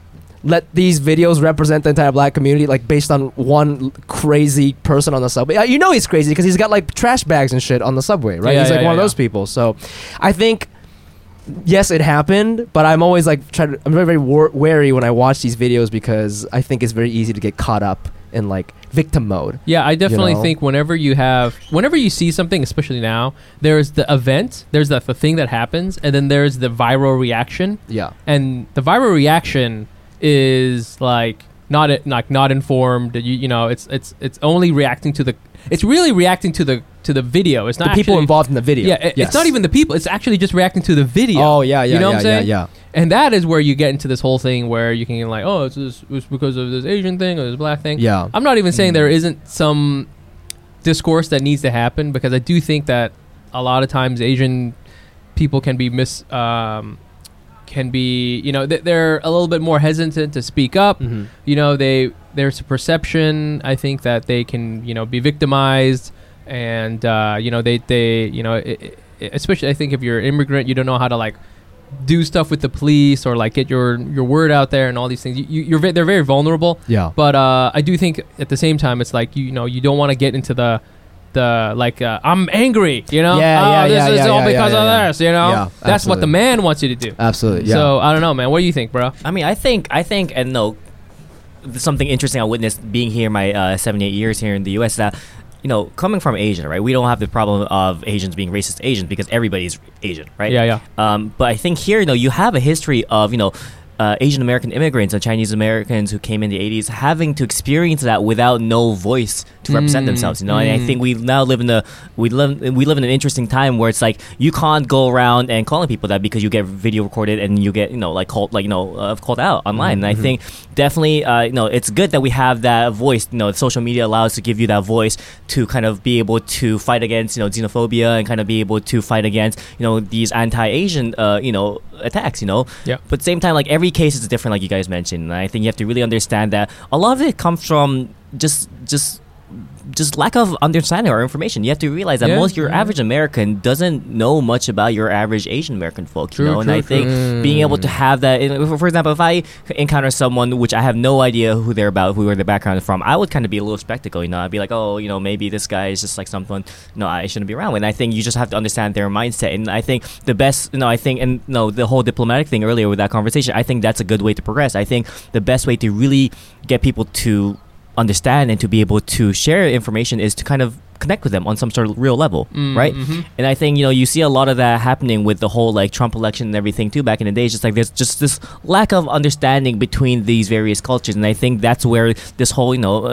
S1: let these videos represent the entire black community like based on one l- crazy person on the subway Uh, you know he's crazy because he's got like trash bags and shit on the subway right
S2: Yeah,
S1: he's
S2: yeah,
S1: like
S2: yeah,
S1: one
S2: yeah.
S1: of those people so i think yes it happened but i'm always like try to, i'm very very war- wary when i watch these videos because i think it's very easy to get caught up in like victim mode
S2: Yeah, I definitely
S1: know?
S2: think whenever you have, whenever you see something, especially now, there's the event, there's the, the thing that happens, and then there's the viral reaction,
S1: yeah
S2: and the viral reaction is like not e, like not informed. You you know, it's it's it's only reacting to the, it's really reacting to the to the video. It's
S1: the
S2: not
S1: people
S2: actually-
S1: involved in the video
S2: Yeah, it-
S1: Yes.
S2: it's not even the people. It's actually just reacting to the video.
S1: oh yeah yeah
S2: You know
S1: yeah,
S2: what I'm
S1: yeah
S2: saying?
S1: yeah
S2: And that is where you get into this whole thing where you can get like, oh, it's, this, it's because of this Asian thing or this black thing.
S1: yeah
S2: I'm not even saying there isn't some discourse that needs to happen because I do think that a lot of times Asian people can be mis um, can be you know th- they're a little bit more hesitant to speak up.
S1: Mhm.
S2: You know they there's a perception I think that they can you know be victimized and uh, you know they they you know i i especially I think if you're an immigrant you don't know how to like do stuff with the police or like get your your word out there and all these things you, you- you're ve- they're very vulnerable
S1: yeah
S2: but uh, I do think at the same time, it's like you, know you don't want to get into the the like uh, I'm angry, you know.
S1: Yeah,
S2: oh,
S1: yeah,
S2: this
S1: yeah,
S2: is
S1: yeah,
S2: all
S1: yeah,
S2: because
S1: yeah, yeah.
S2: of this, you know.
S1: Yeah,
S2: That's what
S1: absolutely.
S2: the man wants you to do.
S1: absolutely yeah
S2: So I don't know, man. What do you think, bro?
S3: I mean, I think, I think, and no, something interesting I witnessed being here my uh, seven, eight years here in the U.S. that you know, coming from Asia, right? We don't have the problem of Asians being racist to Asians because everybody's Asian, right?
S2: Yeah, yeah.
S3: Um, but I think here, you know, you have a history of you know. Uh, Asian American immigrants and Chinese Americans who came in the 80s having to experience that without no voice to represent
S2: Mm,
S3: themselves, you know. And I
S2: mm.
S3: think we now live in a we live we live in an interesting time where it's like you can't go around and calling people that because you get video recorded and you get you know like called like you know uh, called out online. And I
S2: Mm-hmm.
S3: think definitely uh, you know it's good that we have that voice. You know, social media allows to give you that voice to kind of be able to fight against you know xenophobia and kind of be able to fight against you know these anti-Asian uh, you know attacks. You know,
S2: Yeah.
S3: but at the same time, like every case is different, like you guys mentioned. And I think you have to really understand that a lot of it comes from just just just lack of understanding or information. You have to realize that
S2: Yeah, Mm-hmm.
S3: most your
S2: yeah.
S3: average American doesn't know much about your average Asian American folk.
S2: True,
S3: you know, and
S2: true, Mm.
S3: I think
S2: true.
S3: being able to have that, in- for example, if I encounter someone which I have no idea who they're about, who where their background is from, I would kind of be a little spectacle. You know, I'd be like, oh, you know, maybe this guy is just like someone no, I shouldn't be around. And I think you just have to understand their mindset. And I think the best, no, I think, and no, the whole diplomatic thing earlier with that conversation, I think that's a good way to progress. I think the best way to really get people to understand and to be able to share information is to kind of connect with them on some sort of real level,
S2: Mm,
S3: right?
S2: mhm.
S3: And I think you know you see a lot of that happening with the whole like Trump election and everything too. Back in the day, it's just like there's just this lack of understanding between these various cultures, and I think that's where this whole you know uh,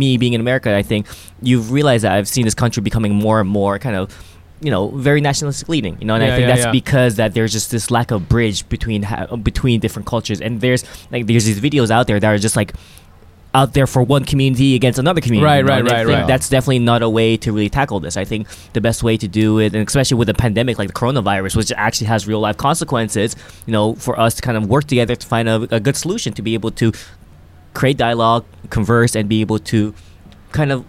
S3: me being in America, I think you've realized that I've seen this country becoming more and more kind of you know very nationalistic leading, you know, and
S2: Yeah,
S3: I think
S2: yeah,
S3: that's
S2: yeah.
S3: because that there's just this lack of bridge between ha- between different cultures, and there's like there's these videos out there that are just like out there for one community against another community.
S2: Right,
S3: you know,
S2: right,
S3: and I
S2: right,
S3: think
S2: right.
S3: That's definitely not a way to really tackle this. I think the best way to do it, and especially with a pandemic like the coronavirus, which actually has real life consequences, you know, for us to kind of work together to find a, a good solution to be able to create dialogue, converse, and be able to kind of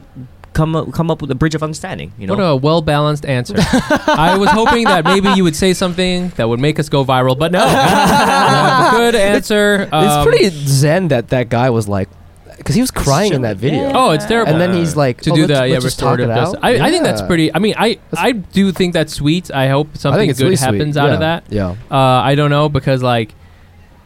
S3: come up, come up with a bridge of understanding. You know, *laughs*
S2: What a well balanced answer. I was hoping that maybe you would say something that would make us go viral, but no. No, good answer.
S1: it's
S2: Um,
S1: pretty zen that that guy was like because he was crying in that video.
S2: Oh, it's terrible.
S1: And then he's like,
S2: to
S1: oh,
S2: do
S1: let's-
S2: that, yeah,
S1: let's just talk
S2: restorative
S1: it
S2: justice.
S1: out.
S2: I, I think that's
S1: Yeah.
S2: pretty. I mean, I I do think that's sweet. I hope
S1: I
S2: something
S1: think
S2: good
S1: it's really sweet.
S2: happens out
S1: yeah.
S2: of that.
S1: Yeah.
S2: Uh, I don't know because like,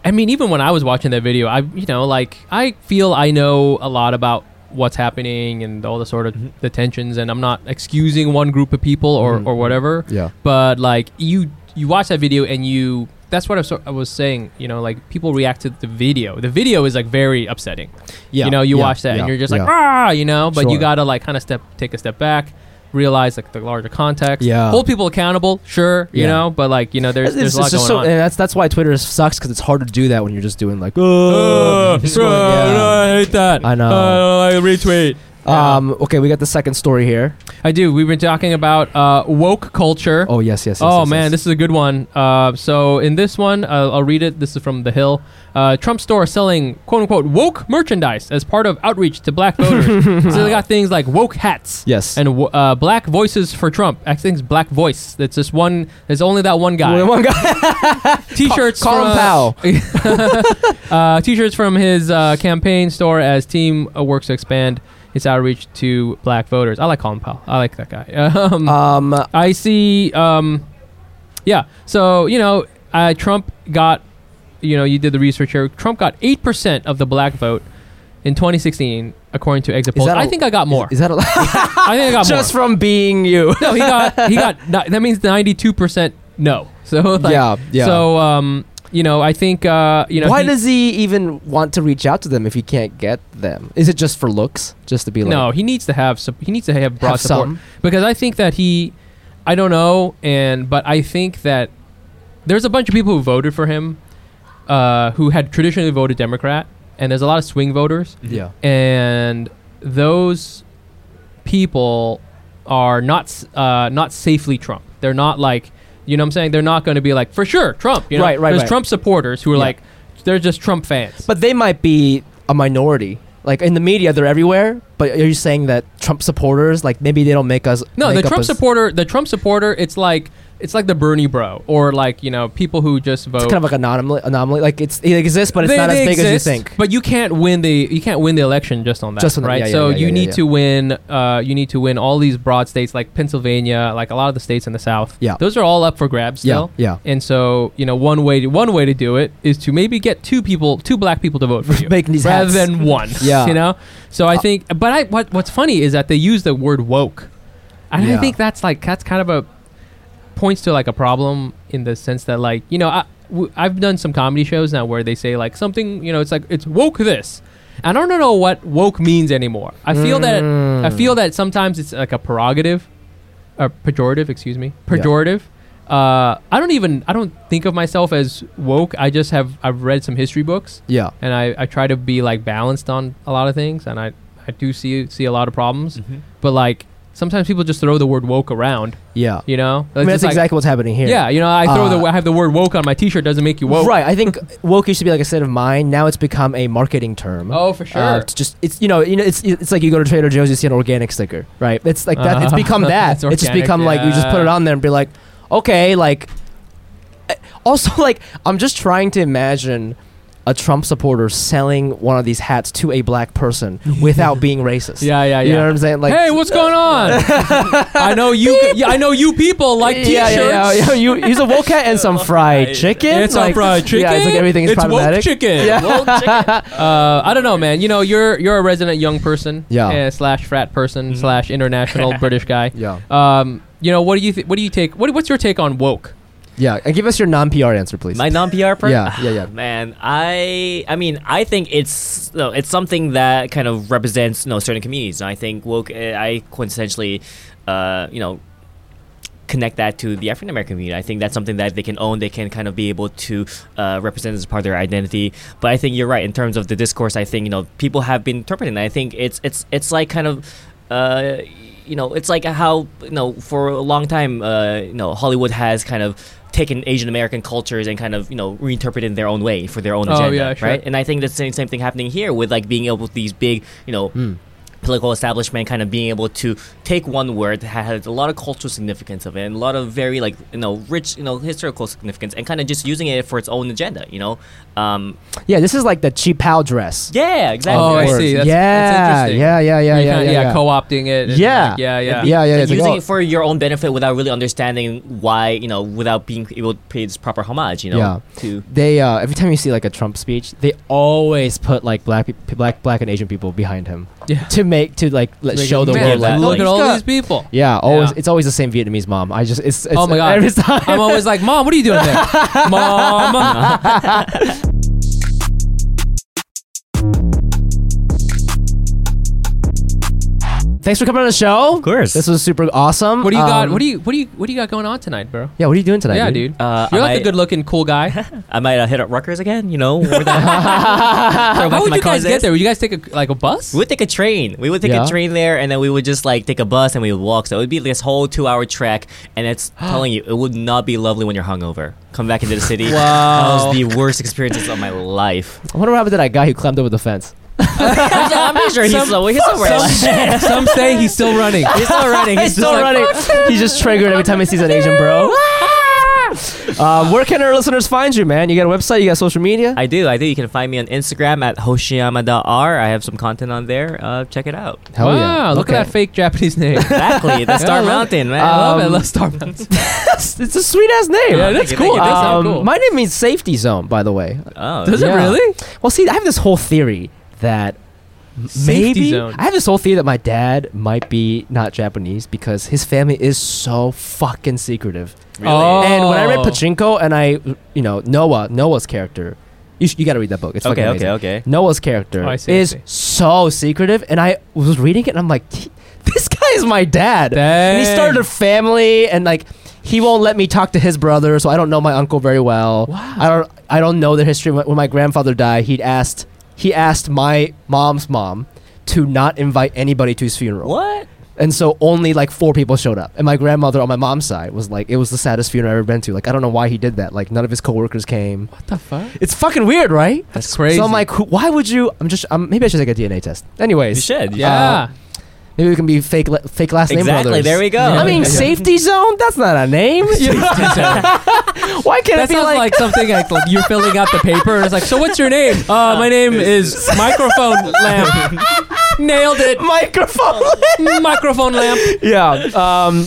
S2: I mean, even when I was watching that video, I you know like I feel I know a lot about what's happening and all the sort
S1: Mm-hmm.
S2: of the tensions, and I'm not excusing one group of people or or whatever.
S1: Yeah.
S2: But like you you watch that video and you that's what I was, I was saying. You know, like people react to the video. The video is like very upsetting.
S1: Yeah.
S2: You know, you
S1: Yeah.
S2: watch that
S1: Yeah.
S2: and you're just like
S1: Yeah.
S2: ah, you know. But you
S1: Sure.
S2: gotta like kind of step take a step back. Realize like the larger context.
S1: Yeah.
S2: Hold people accountable, sure, you
S1: Yeah.
S2: know, but like you know, there's
S1: It's-
S2: there's a
S1: it's
S2: lot
S1: just
S2: going
S1: so-
S2: on.
S1: and that's that's why Twitter sucks because it's hard to do that when you're just doing like, oh,
S2: Ugh, ugh, no, I hate that.
S1: I know.
S2: Uh, I retweet.
S1: Um, okay, we got the second story here.
S2: I do. We've been talking about uh, woke culture.
S1: Oh yes, yes. yes
S2: Oh
S1: yes,
S2: man,
S1: yes.
S2: this is a good one. Uh, so in this one, uh, I'll read it. This is from The Hill. Uh, Trump store selling "quote unquote" woke merchandise as part of outreach to black
S1: *laughs*
S2: voters. so they got things like woke hats.
S1: Yes.
S2: And wo- uh, black voices for Trump. I think it's black voice. That's just one. There's only that one guy.
S1: one guy.
S2: *laughs* T-shirts.
S1: Colin
S2: from- *laughs* uh, t-shirts from his uh, campaign store as team uh, works to expand its outreach to black voters. I like Colin Powell. I like that guy. *laughs* Um,
S1: Um,
S2: I see. Um, yeah. So you know, uh, Trump got. You know, you did the research here. Trump got eight percent of the black vote in 2016, according to exit polls.
S1: that a-
S2: I think I got more.
S1: is that a,
S2: *laughs* I think I got
S1: *laughs* just
S2: more.
S1: from being you?
S2: no, he got.
S1: *laughs*
S2: He got. ni- That means 92 percent. No. *laughs* So like,
S1: yeah, yeah.
S2: So um, you know, I think uh, you know.
S1: why
S2: he-
S1: does he even want to reach out to them if he can't get them? Is it just for looks? Just to be like,
S2: no he needs to have sup- he needs to have broad
S1: Have
S2: support
S1: some.
S2: because i think that he i don't know and but i think that there's a bunch of people who voted for him uh, who had traditionally voted democrat and there's a lot of swing voters
S1: Yeah.
S2: and those people are not s- uh, not safely Trump. They're not like you know what I'm saying. They're not going to be like for sure Trump. You know?
S1: Right, right,
S2: There's
S1: right.
S2: Trump supporters who are
S1: Yeah.
S2: like they're just Trump fans.
S1: But they might be a minority. Like in the media, they're everywhere. But are you saying that Trump supporters, like maybe they don't make us?
S2: No, the
S1: make up
S2: Trump
S1: as-
S2: supporter, the Trump supporter, it's like it's like the Bernie bro, or like you know people who just vote.
S1: It's kind of like an anomaly. Anomaly. Like it's it exists, but it's
S2: They-
S1: not as
S2: they
S1: big as
S2: exist,
S1: you think.
S2: But you can't win the you can't win the election just on that,
S1: Just on that,
S2: right?
S1: yeah, yeah,
S2: so
S1: yeah,
S2: you
S1: yeah,
S2: need
S1: yeah.
S2: to win. Uh, you need to win all these broad states like Pennsylvania, like a lot of the states in the South.
S1: Yeah.
S2: those are all up for grabs
S1: Yeah,
S2: still.
S1: yeah.
S2: And so you know one way to, one way to do it is to maybe get two people, two black people to
S1: *laughs*
S2: vote for you,
S1: Making these
S2: rather
S1: hats.
S2: than one.
S1: Yeah.
S2: *laughs*
S1: Uh,
S2: you know. So I think, but I what what's funny is that they use the word woke, and
S1: Yeah.
S2: I think that's like that's kind of a points to like a problem in the sense that like you know I w- I've done some comedy shows now where they say like something you know it's like it's woke this. I don't know what woke means anymore. I feel that
S1: Mm.
S2: I feel that sometimes it's like a prerogative or pejorative, excuse me,
S1: Yeah.
S2: pejorative. Uh, I don't even I don't think of myself as woke. I just have I've read some history books
S1: yeah.
S2: and I, I try to be like balanced on a lot of things and I, I do see see a lot of problems.
S1: Mm-hmm.
S2: But like sometimes people just throw the word woke around,
S1: Yeah.
S2: you know?
S1: I mean, that's
S2: It's just like-
S1: exactly what's happening here.
S2: yeah, you know, I throw
S1: Uh,
S2: the I have the word woke on my T-shirt. Doesn't make you woke,
S1: Right. I think woke used to be like a state of mind. Now it's become a marketing term.
S2: Oh, for sure.
S1: Uh, it's just it's you know you know it's it's like you go to Trader Joe's you see an organic sticker right it's like that it's
S2: Uh, *laughs*
S1: become that
S2: it's
S1: it's, just
S2: organic,
S1: become like you just put it
S2: yeah.
S1: on there and be like okay like eh, also *laughs* like I'm just trying to imagine a Trump supporter selling one of these hats to a black
S2: *laughs*
S1: person without being racist
S2: Yeah, yeah, yeah.
S1: you know what I'm saying like
S2: hey, what's going on?
S1: *laughs*
S2: I know you. yeah, I know you people like T-shirts.
S1: yeah, yeah, yeah, yeah. You use a woke hat and some
S2: *laughs*
S1: fried chicken.
S2: It's
S1: like-
S2: a fried chicken.
S1: Yeah, it's like everything is
S2: it's woke
S1: problematic.
S2: chicken.
S1: Yeah.
S2: Uh, I don't know, man. You know, you're you're a resident young person,
S1: Yeah. Mm-hmm.
S2: uh, slash frat person, slash
S1: *laughs*
S2: international British guy.
S1: Yeah,
S2: Um, you know, what do you th- what do you take? What, what's your take on woke?
S1: yeah. And give us your non-PR answer, please.
S3: My non-PR part? Ah,
S1: Yeah, yeah, yeah.
S3: Man, I I mean, I think it's no, it's something that kind of represents you know, certain communities. And I think woke uh, I quintessentially uh, you know, connect that to the African American community. I think that's something that they can own. They can kind of be able to uh, represent as part of their identity. But I think you're right in terms of the discourse. I think you know people have been interpreting. That. I think it's it's it's like kind of. Uh, you know, it's like how you know for a long time, uh, you know, Hollywood has kind of taken Asian American cultures and kind of you know reinterpreted in their own way for their own
S2: Oh,
S3: agenda,
S2: yeah, sure. Hmm.
S3: right? And I think that's the same, same thing happening here with like being able to these big, you know, political establishment kind of being able to take one word that has a lot of cultural significance of it and a lot of very like you know rich you know historical significance and kind of just using it for its own agenda you know um
S1: Yeah, this is like the cheap pal dress.
S3: yeah exactly
S2: Oh, I
S3: Or-
S2: see. That's,
S1: yeah,
S2: that's interesting.
S1: yeah, yeah, yeah,
S2: You're
S1: yeah,
S2: kinda-
S1: yeah, yeah.
S2: co-opting it. and
S1: Yeah.
S2: like, yeah, yeah,
S1: yeah, yeah.
S3: Like,
S1: it's like,
S3: using
S1: oh,
S3: it for your own benefit without really understanding why you know without being able to pay its proper homage you know
S1: Yeah.
S3: to
S1: they uh, every time you see like a Trump speech, they always put like black, pe- black, black and Asian people behind him
S2: Yeah.
S1: to make to like let,
S3: Make
S1: show
S3: it
S1: the
S3: clear
S1: world.
S3: that,
S1: Like,
S2: Look
S3: like-
S2: at all
S1: got-
S2: these people.
S1: Yeah, always.
S2: Yeah.
S1: It's always the same Vietnamese mom. I just it's, it's
S2: oh my god!
S1: every *laughs* time.
S2: I'm always like, Mom, what are you doing
S1: *laughs*
S2: there, Mom?
S1: Thanks for coming on the show. Of
S3: course.
S1: this was super awesome.
S2: What do you got?
S1: Um,
S2: What do you what do you what do you got going on tonight, bro?
S1: Yeah, what are you doing tonight?
S2: Yeah, dude.
S3: Uh,
S2: You're like
S3: I-
S2: a good-looking,
S1: *laughs*
S2: cool guy.
S3: I might uh, hit up Rutgers again you know *laughs* Where the-
S2: How would
S3: my
S2: you guys
S3: cars
S2: get
S3: is.
S2: there? Would you guys take a, like a bus?
S3: We would take a train. We would take
S1: Yeah.
S3: a train there, and then we would just like take a bus and we would walk. So it would be this whole two-hour trek, and it's telling you, it would not be lovely when you're hungover. Come back into the city.
S2: Wow.
S3: that was the worst experiences of my life. *laughs*
S1: I wonder what happened to that guy who climbed over the fence.
S3: I'm pretty sure he's still *laughs* he's still running.
S2: some, some say he's still running.
S3: He's still running. He's
S1: Still
S3: still running.
S1: *laughs* running. He's just triggered every time he sees an Asian
S2: *laughs*
S1: bro. uh, where can our listeners find you, man? You got a website? You got social media?
S3: I do. I do. You can find me on Instagram at hoshiyama.r. I have some content on there. Uh, check it out.
S1: Hell
S2: wow!
S1: yeah.
S2: Look
S1: Okay.
S2: at that fake
S1: *laughs*
S2: Japanese name.
S3: Exactly. The Star Mountain, man.
S2: I love it. I
S1: Um,
S2: love Star Mountain.
S1: It's a sweet ass name.
S2: Yeah, that's
S3: you,
S2: cool.
S3: thank you,
S2: That sounds
S1: Um,
S2: cool.
S1: My name means safety zone, by the way.
S3: oh,
S2: Does it
S1: yeah.
S2: really?
S1: Well, see, I have this whole theory that maybe
S2: zone.
S1: I have this whole theory that my dad might be not Japanese because his family is so fucking secretive.
S3: really?
S2: Oh.
S1: And when I read Pachinko and I, you know, Noah, Noah's character, you, sh- you got to read that book. It's fucking
S3: Okay,
S1: amazing.
S3: okay, okay.
S1: Noah's character
S2: Oh, I see, I
S1: is
S2: see.
S1: so secretive, and I was reading it, and I'm like, *laughs* this guy is my dad. And he
S2: Dang.
S1: started a family, and like, he won't let me talk to his brother, so I don't know my uncle very well.
S2: Wow.
S1: I don't, I don't know their history. When when my grandfather died, he'd asked, he asked my mom's mom to not invite anybody to his funeral.
S3: What?
S1: And so only like four people showed up. And my grandmother on my mom's side was like, it was the saddest funeral I've ever been to. Like, I don't know why he did that. Like, none of his coworkers came.
S2: What the fuck?
S1: It's fucking weird, right?
S2: That's crazy.
S1: So I'm like, who- why would you? I'm just, um, maybe I should take a DNA test. Anyways, Uh,
S3: You should. Yeah.
S2: yeah.
S1: maybe we can be fake, la- fake last name
S3: Exactly,
S1: brothers.
S3: there we go.
S1: I mean,
S2: Yeah.
S1: safety zone. That's not a *laughs* name. You know? why can't
S2: that
S1: it be
S2: sounds like,
S1: like?
S2: something like, like you're
S1: *laughs*
S2: filling out the paper and it's like, so what's your name? Uh, my name is
S1: *laughs*
S2: microphone lamp. Nailed it.
S1: Microphone.
S2: microphone lamp.
S1: *laughs* yeah. Um,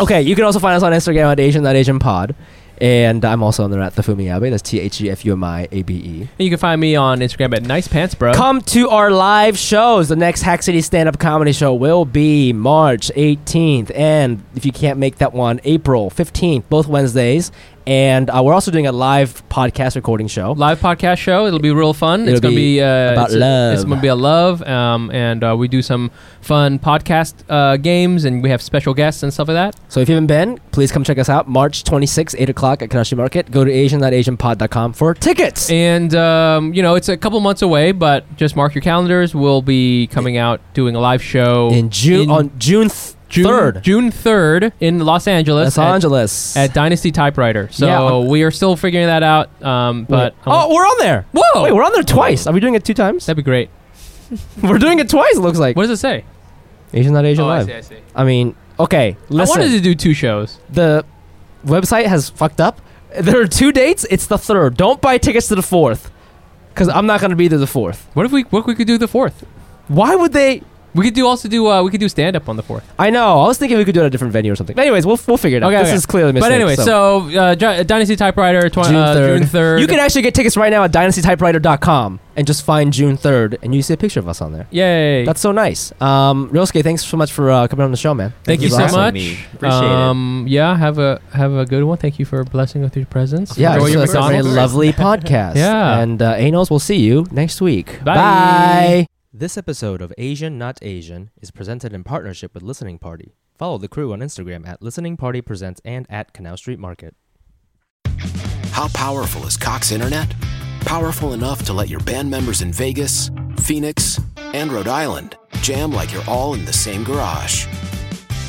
S1: okay. You can also find us on Instagram at Asian Asian Pod, and I'm also on there at the Fumiabe. That's T H E F U M I A B E.
S2: And you can find me on Instagram at nice pants bro.
S1: Come to our live shows. The next Hack City stand up comedy show will be March 18th. And if you can't make that one, April 15th, both Wednesdays. And uh, we're also doing a live podcast recording show.
S2: Live podcast show. It'll be real fun.
S1: It'll
S2: it's gonna
S1: be
S2: be, uh,
S1: about
S2: it's,
S1: love.
S2: It's gonna be a love. Um, and uh, we do some fun podcast uh, games and we have special guests and stuff like that.
S1: So if you haven't been, please come check us out. March 26th, 8 o'clock at Kanashi Market. Go to asian.asianpod.com for tickets.
S2: And um, you know, it's a couple months away, but just mark your calendars. We'll be coming out doing a live show
S1: in June,
S2: in
S1: on June, th-
S2: June
S1: 3rd,
S2: June third in Los Angeles.
S1: Los
S2: at-
S1: Angeles.
S2: at Dynasty Typewriter. So
S1: Yeah, on-
S2: we are still figuring that out. Um, but
S1: Wait. oh, we're on there.
S2: whoa,
S1: Wait, we're on there twice. Are we doing it two times?
S2: that'd be great.
S1: *laughs* we're doing it twice, it looks like.
S2: What does it say?
S1: Asian Not Asian
S2: oh,
S1: Live.
S2: I see. I see.
S1: I mean, okay. Listen,
S2: I wanted to do two shows.
S1: the website has fucked up. There are two dates. It's the third. Don't buy tickets to the fourth, because I'm not gonna be there the fourth.
S2: What if we? What if we could do the fourth?
S1: Why would they?
S2: We could do also do. Uh, we could do stand up on the fourth.
S1: I know. I was thinking we could do it at a different venue or something. But anyways, we'll, we'll figure it out.
S2: Okay,
S1: this
S2: okay.
S1: is clearly a mistake.
S2: But anyway, so, uh, Gi- Dynasty Typewriter twi-
S1: June
S2: uh,
S1: 3rd.
S2: June third.
S1: you can actually get tickets right now at dynastytypewriter.com and just find June third, and you see a picture of us on there.
S2: Yay!
S1: That's so nice. Um, Ryosuke, thanks so much for uh, coming on the show, man.
S2: Thank
S3: Thank
S2: you
S3: you
S2: so
S3: for having
S2: much.
S3: me. Appreciate it.
S2: um, Yeah, have a have a good one. Thank you for blessing us with your presence.
S1: Yeah,
S2: Enjoy
S1: it's,
S2: your
S1: it's a very
S2: McDonald's. *laughs*
S1: lovely podcast.
S2: Yeah.
S1: And uh, Anos, we'll see you next week.
S2: Bye.
S1: This episode of Asian Not Asian is presented in partnership with Listening Party. Follow the crew on Instagram at Listening Party Presents and at Canal Street Market.
S6: How powerful is Cox Internet? Powerful enough to let your band members in Vegas, Phoenix, and Rhode Island jam like you're all in the same garage.